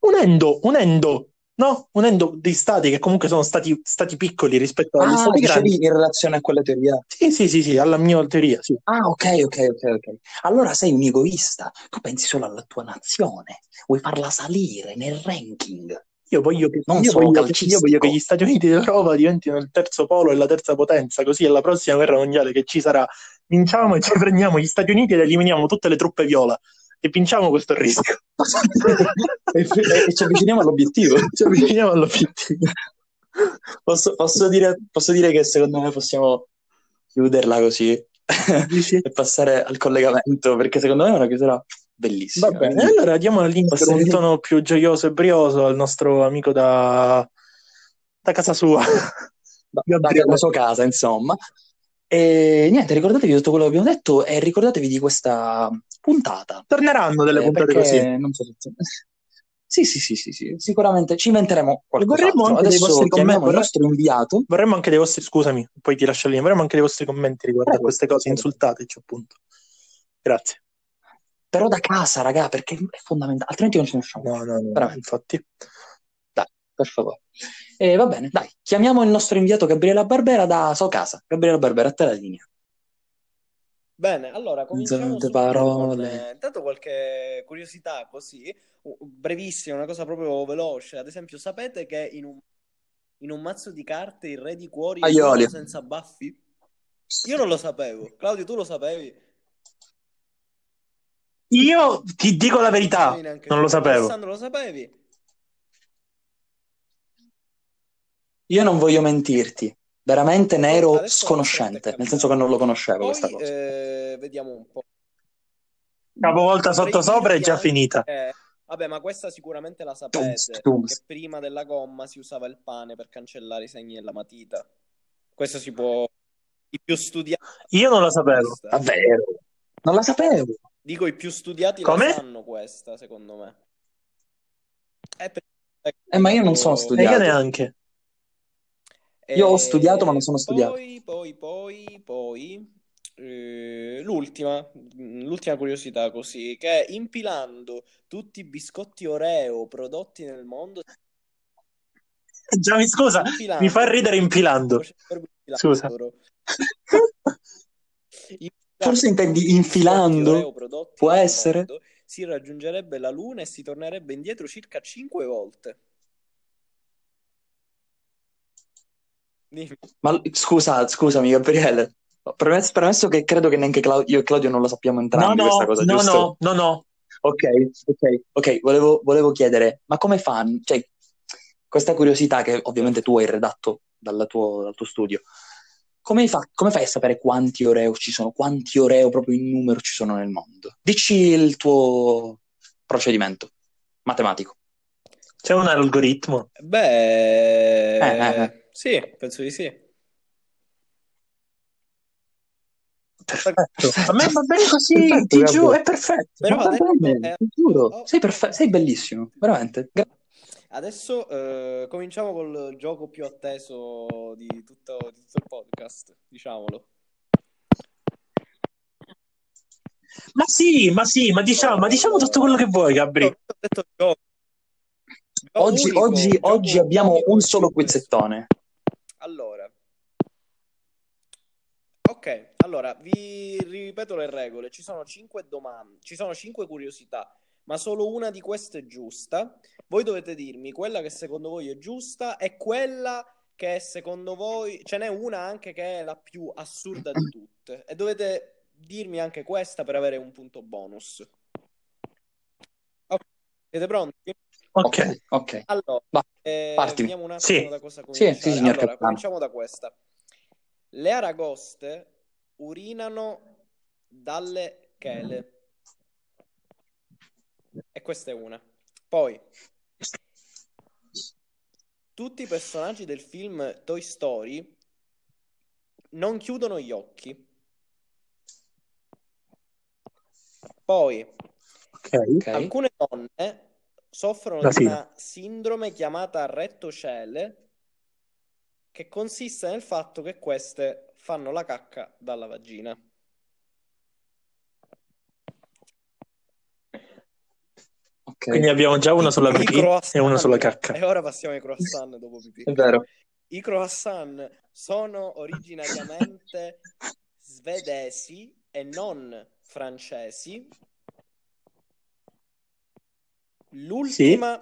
S1: Unendo, unendo, no? Unendo di stati che comunque sono stati, stati piccoli rispetto agli
S2: Ah,
S1: stati grandi.
S2: dicevi in relazione a quella teoria.
S1: Sì, sì, sì, sì, alla mia teoria, sì.
S2: Ah, ok, ok, ok, ok. Allora sei un egoista, tu pensi solo alla tua nazione, vuoi farla salire nel ranking.
S1: Io voglio, che,
S2: Non
S1: io
S2: sono
S1: voglio che-
S2: calcistico.
S1: io voglio che gli Stati Uniti d'Europa diventino il terzo polo e la terza potenza, così alla prossima guerra mondiale che ci sarà, vinciamo e ci prendiamo gli Stati Uniti ed eliminiamo tutte le truppe viola e vinciamo questo rischio.
S2: E, e ci avviciniamo all'obiettivo.
S1: Ci avviciniamo all'obiettivo.
S2: Posso, posso dire, posso dire che secondo me possiamo chiuderla così e
S1: Dici?
S2: passare al collegamento, perché secondo me è una chiusura bellissima.
S1: Va bene,
S2: Quindi,
S1: allora diamo la linea per
S2: Posso
S1: un
S2: dire-
S1: tono più gioioso e brioso al nostro amico da, da casa sua.
S2: Eh, da-
S1: Gabriele.
S2: dalla sua casa, insomma. E niente, ricordatevi di tutto quello che abbiamo detto e ricordatevi di questa puntata.
S1: Torneranno delle
S2: Eh,
S1: puntate
S2: perché
S1: così.
S2: non so se- Sì, sì, sì, sì, sì, sicuramente ci inventeremo
S1: Vorremmo
S2: qualcos'altro.
S1: anche dei
S2: Adesso
S1: vostri
S2: chiamiamo
S1: commenti,
S2: il nostro inviato.
S1: Vorremmo anche dei vostri, scusami, poi ti lascio lì, vorremmo anche dei vostri commenti riguardo a
S2: Prego.
S1: queste cose, insultateci appunto. Grazie.
S2: Però da casa, raga, perché è fondamentale, altrimenti non ce ne usciamo.
S1: No, no, no,
S2: Veramente.
S1: infatti.
S2: Dai, per favore. E va bene, dai, chiamiamo il nostro inviato Gabriela Barbera da Socasa. Gabriela Barbera, a te la linea.
S3: Bene, allora cominciamo
S2: Tante
S3: subito con
S2: parole.
S3: eh, intanto qualche curiosità così, u- brevissima, una cosa proprio veloce. Ad esempio, sapete che in un, in un mazzo di carte il re di cuori è
S2: Aioli.
S3: l'unico senza baffi? Io non lo sapevo. Claudio, tu lo sapevi?
S1: Io ti dico la
S3: Non
S1: verità,
S3: sapevi neanche
S1: non
S3: tu.
S1: lo sapevo.
S3: Alessandro, lo sapevi?
S2: Io non voglio mentirti, veramente ne
S3: Allora,
S2: ero
S3: adesso la stretta è
S2: sconoscente, nel senso che non lo conoscevo questa
S3: Poi
S2: cosa.
S3: eh, vediamo un po'.
S1: Capovolta sotto
S3: Vorrei
S1: sopra è
S3: dirvi
S1: già
S3: anche
S1: finita.
S3: che- Eh, vabbè, ma questa sicuramente la
S2: Tums,
S3: sapete,
S2: tums.
S3: che prima della gomma si usava il pane per cancellare i segni della matita. Questo si può i più studiati
S1: Io non lo sapevo.
S3: questa.
S2: Davvero? Non la sapevo.
S3: Dico i più studiati
S1: Come?
S3: la sanno questa, secondo me. È per-
S2: Eh, ma io non sono
S1: E io
S2: studiato.
S1: neanche.
S2: Io ho studiato, ma non
S3: Eh,
S2: sono studiato.
S3: Poi, poi, poi, poi, eh, l'ultima, mm, l'ultima curiosità così, che è impilando tutti i biscotti Oreo prodotti nel mondo,
S1: Già, mi scusa,
S3: impilando,
S1: mi fa ridere impilando. Scusa.
S3: impilando,
S2: Forse intendi
S3: tutti i biscotti
S2: infilando?
S3: Oreo prodotti
S2: Può
S3: nel
S2: essere?
S3: mondo, si raggiungerebbe la Luna e si tornerebbe indietro circa 5 volte. Dimmi.
S2: Ma l- scusa, scusami, Gabriele. Premesso, premesso che credo che neanche Clau- io e Claudio non la sappiamo
S1: No,
S2: entrambi questa
S1: no,
S2: cosa,
S1: no,
S2: giusto?
S1: no, no, no.
S2: Ok, ok, ok, volevo, volevo chiedere, ma come fanno? Cioè, questa curiosità che ovviamente tu hai redatto dalla tua- dal tuo studio, come, fa- come fai a sapere quanti Oreo ci sono, quanti Oreo proprio in numero ci sono nel mondo? Dici il tuo procedimento matematico.
S1: C'è un algoritmo.
S3: Beh,
S2: eh, eh.
S3: sì, penso di sì.
S1: Perfetto. A me va bene così,
S2: Perfetto,
S1: ti
S2: Gabriele.
S1: giuro, è perfetto.
S2: Ma
S3: Però
S2: va
S3: adesso,
S2: bene,
S3: eh,
S2: ti giuro,
S3: oh,
S2: sei, perfe- sei bellissimo, veramente. Gra-
S3: adesso eh, cominciamo col gioco più atteso di tutto, di tutto il podcast, diciamolo.
S1: Ma sì, ma sì, ma diciamo, ma diciamo tutto quello che vuoi,
S3: No,
S1: Gabri.
S3: non ho detto gioco. Gioco
S2: Oggi,
S3: unico,
S2: oggi-
S3: gioco
S2: oggi abbiamo
S3: unico
S2: un
S3: e
S2: solo
S3: più atteso.
S2: quizzettone.
S3: Allora, ok, allora vi ripeto le regole. Ci sono cinque domande, ci sono cinque curiosità, ma solo una di queste è giusta. Voi dovete dirmi quella che secondo voi è giusta e quella che secondo voi ce n'è una anche che è la più assurda di tutte. E dovete dirmi anche questa per avere un punto bonus. Ok, Siete pronti?
S1: Ok.
S2: ok.
S3: Allora,
S2: Va,
S3: eh,
S2: partimi.
S3: vediamo un attimo
S1: Sì.
S3: da cosa
S2: Sì,
S3: cominciare.
S2: sì, signor
S3: allora,
S2: capitano.
S3: cominciamo da questa. Le aragoste urinano dalle chele. E questa è una. Poi, tutti i personaggi del film Toy Story non chiudono gli occhi. Poi,
S1: Ok.
S2: Ok.
S3: alcune donne soffrono
S1: La
S3: di
S1: sera.
S3: una sindrome chiamata rettocele che consiste nel fatto che queste fanno la cacca dalla vagina.
S2: Ok,
S1: Quindi abbiamo già una sulla
S3: I
S1: pipì e una sulla
S3: croissant.
S1: cacca. Esatto.
S3: E ora passiamo ai croissant dopo pipì.
S2: è vero.
S3: I croissant sono originariamente svedesi e non francesi. L'ultima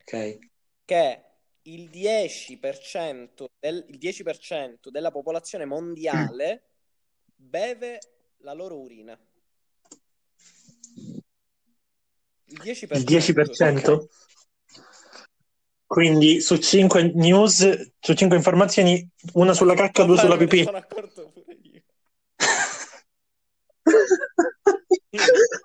S2: Ok.
S3: che il 10%, del, il 10% della popolazione mondiale beve la loro urina. Il 10%.
S1: Il 10%? Quindi su 5 news, su 5 informazioni, una sulla cacca, due sulla
S3: Guarda, me ne
S1: pipì.
S3: sono accorto pure io.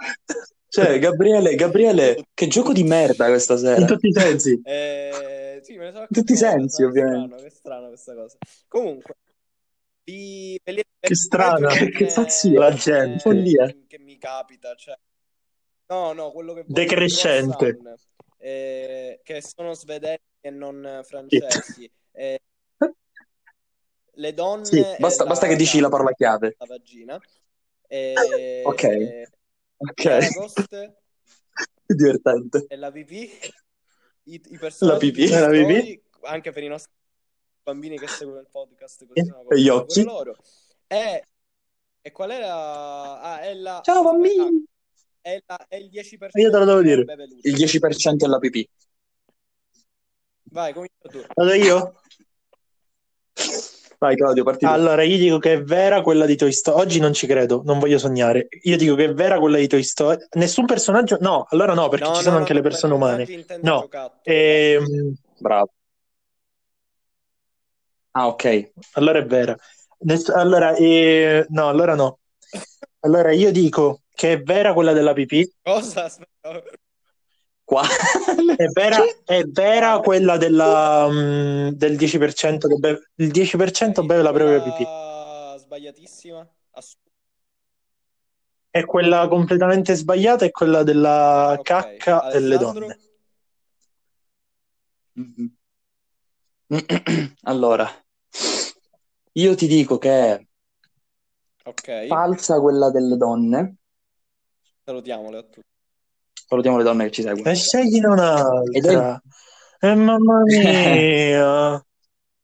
S2: Cioè, Gabriele, Gabriele, che gioco di merda questa
S1: In
S2: sera.
S1: tutti i sensi.
S3: Eh, sì, me ne sono accorto
S2: tutti i
S3: ora,
S2: sensi,
S3: è
S2: ovviamente.
S3: strano, è strano questa cosa. Comunque, vi, ve li
S1: Che strana.
S2: Che- che pazzia.
S1: La gente.
S2: Follia.
S3: che mi capita, cioè. No, no, quello che voglio i
S1: Decrescente.
S3: croissant, eh, che sono svedesi e non francesi. Eh, le donne
S1: Sì,
S3: e
S2: Basta,
S3: la,
S2: basta che dici la parola chiave.
S3: la vagina. Eh,
S2: Ok.
S3: eh,
S2: Ok.
S3: le aragoste
S2: Divertente.
S3: e la pipì. I, i personaggi
S2: La pipì.
S3: di Toy
S1: La pipì.
S3: Story, anche per i nostri bambini che seguono il podcast, così sono
S2: E gli
S3: contenti pure
S2: occhi.
S3: loro. E, e qual era? Ah, è la...
S2: Ciao
S3: aspetta,
S2: bambini.
S3: è, la- è il 10%
S1: Io te lo devo
S3: che
S1: dire.
S3: beve l'uso.
S2: Il 10% è la pipì.
S3: Vai, comincia tu.
S1: Vado io?
S2: Vai, Claudio, parti tu.
S1: Allora, io dico che è vera quella di Toy Story. Oggi non ci credo, non voglio sognare. Io dico che è vera quella di Toy Story. Nessun personaggio? No, allora no, perché
S3: No,
S1: ci
S3: no,
S1: sono
S3: no,
S1: anche le
S3: no,
S1: persone umane.
S3: personaggi intendo
S1: No.
S3: giocattoli.
S1: Ehm,
S2: Bravo. Ah, ok.
S1: allora è vera. Ness- Allora, eh, no, allora no. Allora io dico che è vera quella della pipì.
S3: Cosa? Aspetta. oh.
S2: Qua.
S1: È vera, è vera
S3: Guarda.
S1: quella della, mm, del 10% che beve, il 10%
S3: E
S1: beve la propria pipì.
S3: quella Ah, sbagliatissima? Assurda.
S1: È quella completamente sbagliata, è quella della
S3: Ok,
S1: cacca e le donne.
S3: Alessandro?
S2: Mhm. Allora. Io ti dico che è
S3: Ok,
S2: falsa quella delle donne.
S3: salutiamole a tutti.
S2: Salutiamo le donne che ci seguono.
S1: E scegliene un'altra. E mamma mia.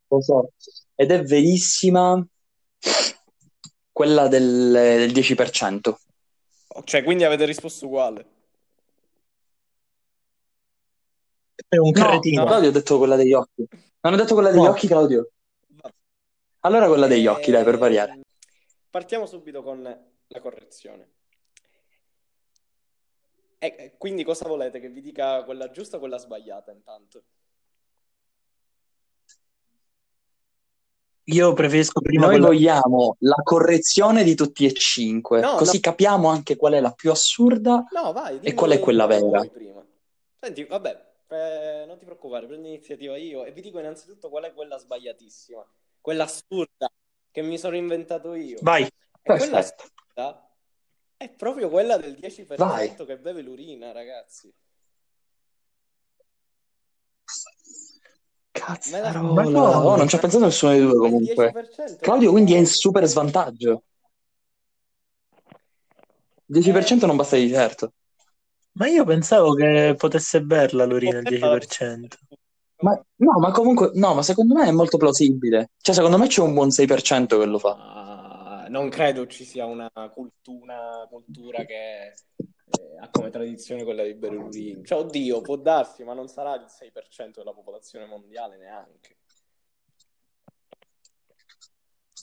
S2: Lo so. Ed è verissima quella del, del 10%.
S3: Cioè, quindi avete risposto uguale.
S1: È un
S2: No,
S1: cretino.
S3: no.
S2: Claudio ho detto quella degli occhi. Non ho detto quella degli
S1: No.
S2: occhi, Claudio.
S3: Vabbè.
S2: Allora quella degli occhi, dai, per
S3: Ehm,
S2: variare.
S3: Partiamo subito con la correzione. E- e quindi cosa volete che vi dica quella giusta o quella sbagliata intanto?
S1: Io preferisco prima
S2: Noi
S1: quella-
S2: vogliamo la correzione di tutti e cinque,
S3: No, Eh,
S2: così capiamo anche qual è la più assurda.
S3: No, vai. dimmi
S2: qual è quella
S3: voi
S2: vera?
S3: prima. Senti, vabbè, eh, non ti preoccupare, prendo iniziativa io e vi dico innanzitutto qual è quella sbagliatissima, quella assurda che mi sono inventato io.
S1: Vai.
S3: E quella
S2: Perfetto.
S3: assurda è proprio quella del 10%
S2: Vai.
S3: che beve l'urina, ragazzi.
S2: Cazzarola.
S1: Ma no.
S2: Oh, non ci
S3: eh.
S2: ha pensato nessuno dei due
S3: Ma il
S2: comunque.
S3: 10%?
S2: Claudio quindi è in super svantaggio. 10% non basta di certo.
S1: Ma io pensavo che potesse berla l'urina al 10%.
S2: Ma, no, ma comunque, no, ma secondo me è molto plausibile. Cioè, secondo me c'è un buon 6% che lo fa.
S3: Ah, non credo ci sia una cultura, cultura che eh, ha come tradizione quella di bere l'urina. Cioè, oddio, può darsi, ma non sarà il 6% della popolazione mondiale neanche.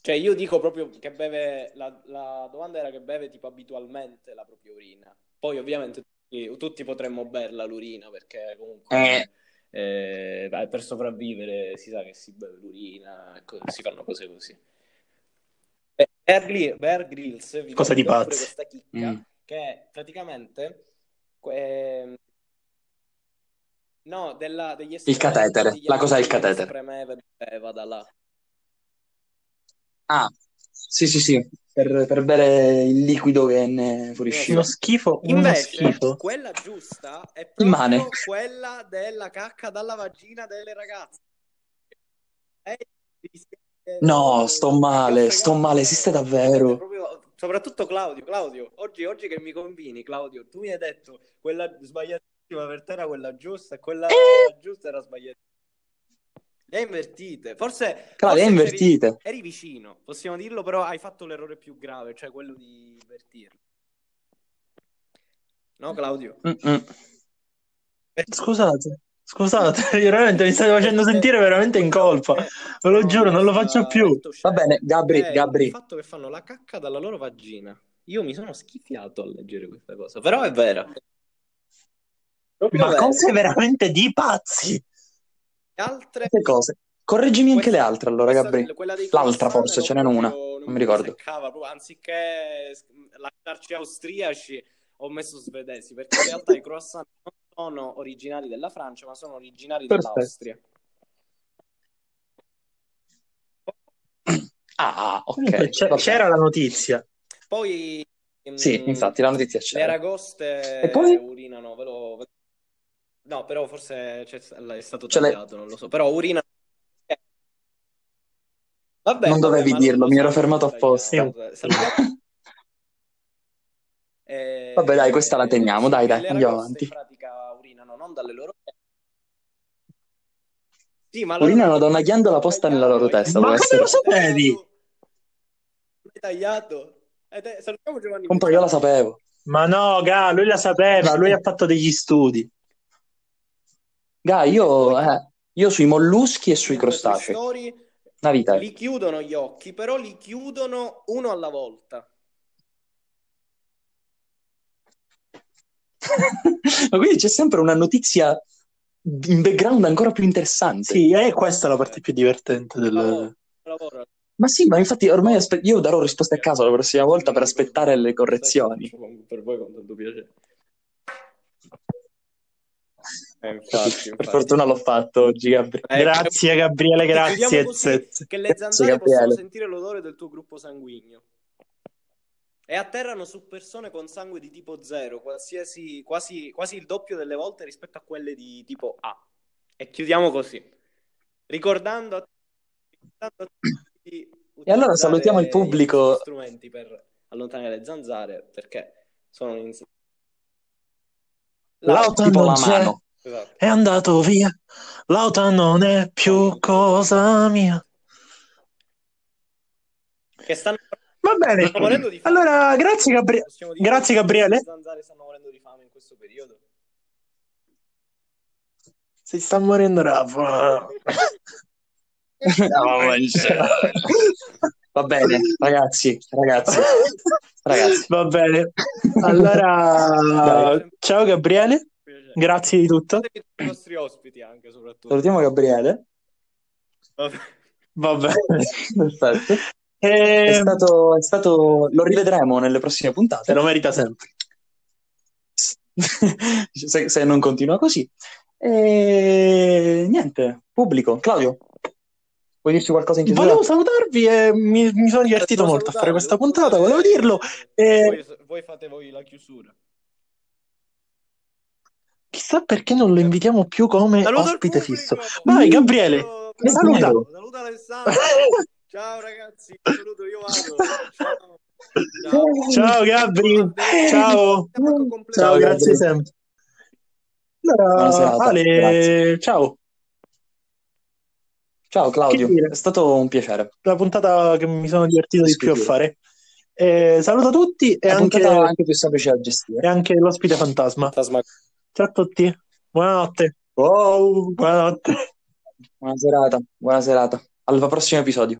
S3: Cioè, io dico proprio che beve, la, la domanda era che beve tipo abitualmente la propria urina. Poi ovviamente tutti, tutti potremmo berla l'urina perché comunque eh, dai, per sopravvivere si sa che si beve l'urina, ecco, si fanno cose così. Beh, Bear Gry- Bear Grylls vi
S1: Cosa di
S3: conta pure
S1: pazzi.
S3: questa chicca
S2: Mm.
S3: che è praticamente que- ehm, no, della- degli estrementi
S2: catetere,
S3: degli
S2: la cosa del
S3: animali che
S2: catetere.
S3: spremeva e beveva da là.
S2: Ah, sì, sì, sì, per, per bere il liquido che ne
S1: Uno
S2: fuoriusciva.
S1: schifo, uno
S3: Invece,
S1: schifo.
S3: quella giusta è
S2: Immane.
S3: proprio quella della cacca dalla vagina delle ragazze. Eh, vi siete-
S2: No, sto
S3: vi
S2: male,
S3: ho
S2: sto male, esiste
S3: fregato. Siete
S2: davvero.
S3: proprio- Soprattutto Claudio, Claudio, oggi, oggi che mi combini, Claudio, tu mi hai detto quella sbagliatissima per te era quella giusta e quella
S2: Eh.
S3: giusta era sbagliatissima. Le hai invertite, forse,
S2: Claudio, è
S3: forse c'eri-
S2: invertite.
S3: eri vicino, possiamo dirlo, però hai fatto l'errore più grave, cioè quello di invertirlo. No, Claudio?
S2: Mm-mm. eh.
S1: Scusate, scusate, io veramente mi state facendo
S3: Eh,
S1: sentire veramente in colpa. Ve lo giuro, non lo faccio più.
S2: Va bene, Gabri,
S1: Eh,
S3: Gabri,
S2: Gabri.
S3: Eh, Il fatto che fanno la cacca dalla loro vagina. Io mi sono schifiato a leggere questa cosa, però è vera. Proprio
S1: Ma
S3: vera.
S1: cose veramente di pazzi.
S3: Le altre
S2: Queste cose. Correggimi anche
S3: Questa-
S2: le altre allora,
S3: questa-
S2: Gabri.
S3: quella dei
S2: L'altra
S3: Colossano
S2: forse,
S3: era
S2: ce n'era una,
S3: proprio-
S2: non mi ricordo.
S3: seccava proprio, anziché s- lasciarci austriaci, ho messo svedesi, perché in realtà i croissant non sono originari della Francia, ma sono originari
S2: Perfetto.
S3: dell'Austria.
S2: Ah, ok.
S1: Comunque c'è-
S2: vabbè.
S1: c'era la notizia.
S3: Poi
S2: Sì,
S3: mm,
S2: infatti, la notizia
S3: le
S2: c'era.
S3: aragoste
S2: E poi?
S3: urinano, ve lo- ve- No, però forse c'è- è stato
S2: Ce l'hai-
S3: tagliato, non lo so, però urinano Eh, Vabbè,
S2: Non
S3: vabbè,
S2: dovevi
S3: ma lo-
S2: dirlo,
S3: lo
S2: mi ero
S3: so che
S2: fermato
S3: l'ho tagliato.
S2: apposta.
S3: Dai, salutiamo- Eh,
S2: Vabbè, dai, questa la teniamo,
S3: sì,
S2: dai, dai,
S3: le
S2: andiamo
S3: aragoste in
S2: avanti.
S3: pratica urinano non dalle loro Sì, ma la
S2: Urinano
S3: loro-
S2: da una ghiandola posta nella loro
S3: Hai tagliato,
S2: testa,
S3: hai
S1: Ma
S2: può
S1: come
S2: essere.
S1: lo sapevi?
S3: Hai tagliato. Hai tagliato. Salutiamo Giovanni
S2: Compa, io la
S3: Becciardi.
S2: sapevo.
S1: Ma no, Ga, lui la sapeva, lui ha fatto degli studi.
S2: Gai, io, eh, io sui molluschi e sui
S3: In queste
S2: crostacei.
S3: storie
S2: Una vita. eh.
S3: li chiudono gli occhi, però li chiudono uno alla volta.
S2: Ma quindi c'è sempre una notizia in background ancora più interessante.
S1: Sì, e questa è la parte più divertente del...
S2: Oh.
S3: Lavoro, lavoro.
S2: Ma sì, ma infatti ormai aspe- io darò risposte a caso la prossima volta per aspettare le correzioni.
S3: Faccio con- Per voi con tanto piacere. Eh, infatti,
S2: Per
S3: infatti.
S2: fortuna l'ho fatto oggi, Gabri.
S3: Eh,
S1: Grazie Gabriele,
S3: Chiudiamo
S1: grazie.
S3: così
S1: zez.
S3: che le
S2: Grazie,
S3: zanzare possono
S2: Gabriele.
S3: sentire l'odore del tuo gruppo sanguigno e atterrano su persone con sangue di tipo 0, qualsiasi, quasi, quasi il doppio delle volte rispetto a quelle di tipo A. E chiudiamo così, ricordando a, ricordando a tutti di
S2: E allora salutiamo il
S3: utilizzare
S2: pubblico.
S3: gli strumenti per allontanare le zanzare perché sono in...
S1: Lauta
S2: tipo
S1: non
S2: la
S1: c'è,
S2: mano.
S3: Esatto.
S1: è andato via. Lauta non è più cosa mia.
S3: Che stanno,
S1: Va bene.
S3: stanno morendo di fame.
S1: Allora, grazie Gabriele.
S3: Possiamo dire
S1: grazie,
S3: che
S1: Gabriele.
S3: Le zanzare stanno morendo di fame in questo periodo.
S1: Si sta morendo la fame.
S2: Va bene, ragazzi, ragazzi, ragazzi.
S1: Va bene. Allora,
S3: Dai.
S1: ciao Gabriele, grazie di tutto.
S3: Fatemi tutti I nostri ospiti anche, soprattutto.
S2: Salutiamo Gabriele.
S3: Vabbè.
S1: Va bene. Ehm,
S2: Perfetto. È
S1: E...
S2: stato, è stato- Lo rivedremo nelle prossime puntate.
S1: Se lo merita sempre.
S2: se, se non continua così. E niente, pubblico. Claudio, vuoi dirci qualcosa in chiusura?
S1: Volevo salutarvi e mi, mi sono divertito
S3: Devo
S1: molto a fare
S3: salutare,
S1: questa
S3: devo
S1: puntata,
S3: salutare.
S1: volevo dirlo. Eh, E-
S3: Voi, voi fate voi la chiusura.
S1: Chissà perché non lo invitiamo più come
S3: Saluto il
S1: ospite
S3: pubblico!
S1: fisso. Vai, Gabriele,
S3: Saluto-
S1: saluta.
S3: Saluta Alessandro. Ciao ragazzi, saluto io vado. Ciao. Ciao.
S1: Ciao Gabri, ciao.
S3: Attacco
S1: Ciao,
S3: completo.
S2: Ciao,
S1: grazie
S2: Gabriele.
S1: sempre.
S2: Buona
S1: Allora,
S2: serata,
S1: Ale,
S2: grazie.
S1: ciao.
S2: Ciao Claudio,
S1: Che dire?
S2: è stato un piacere.
S1: La puntata che mi sono divertito di più a
S2: Sicuro.
S1: fare. Eh, saluto tutti e
S2: È
S1: anche,
S2: anche, anche più semplice da
S1: e
S2: gestire.
S1: anche l'ospite fantasma. Ciao a tutti, buonanotte.
S2: Wow,
S1: Buonanotte.
S2: buona serata, buona serata. Al prossimo episodio.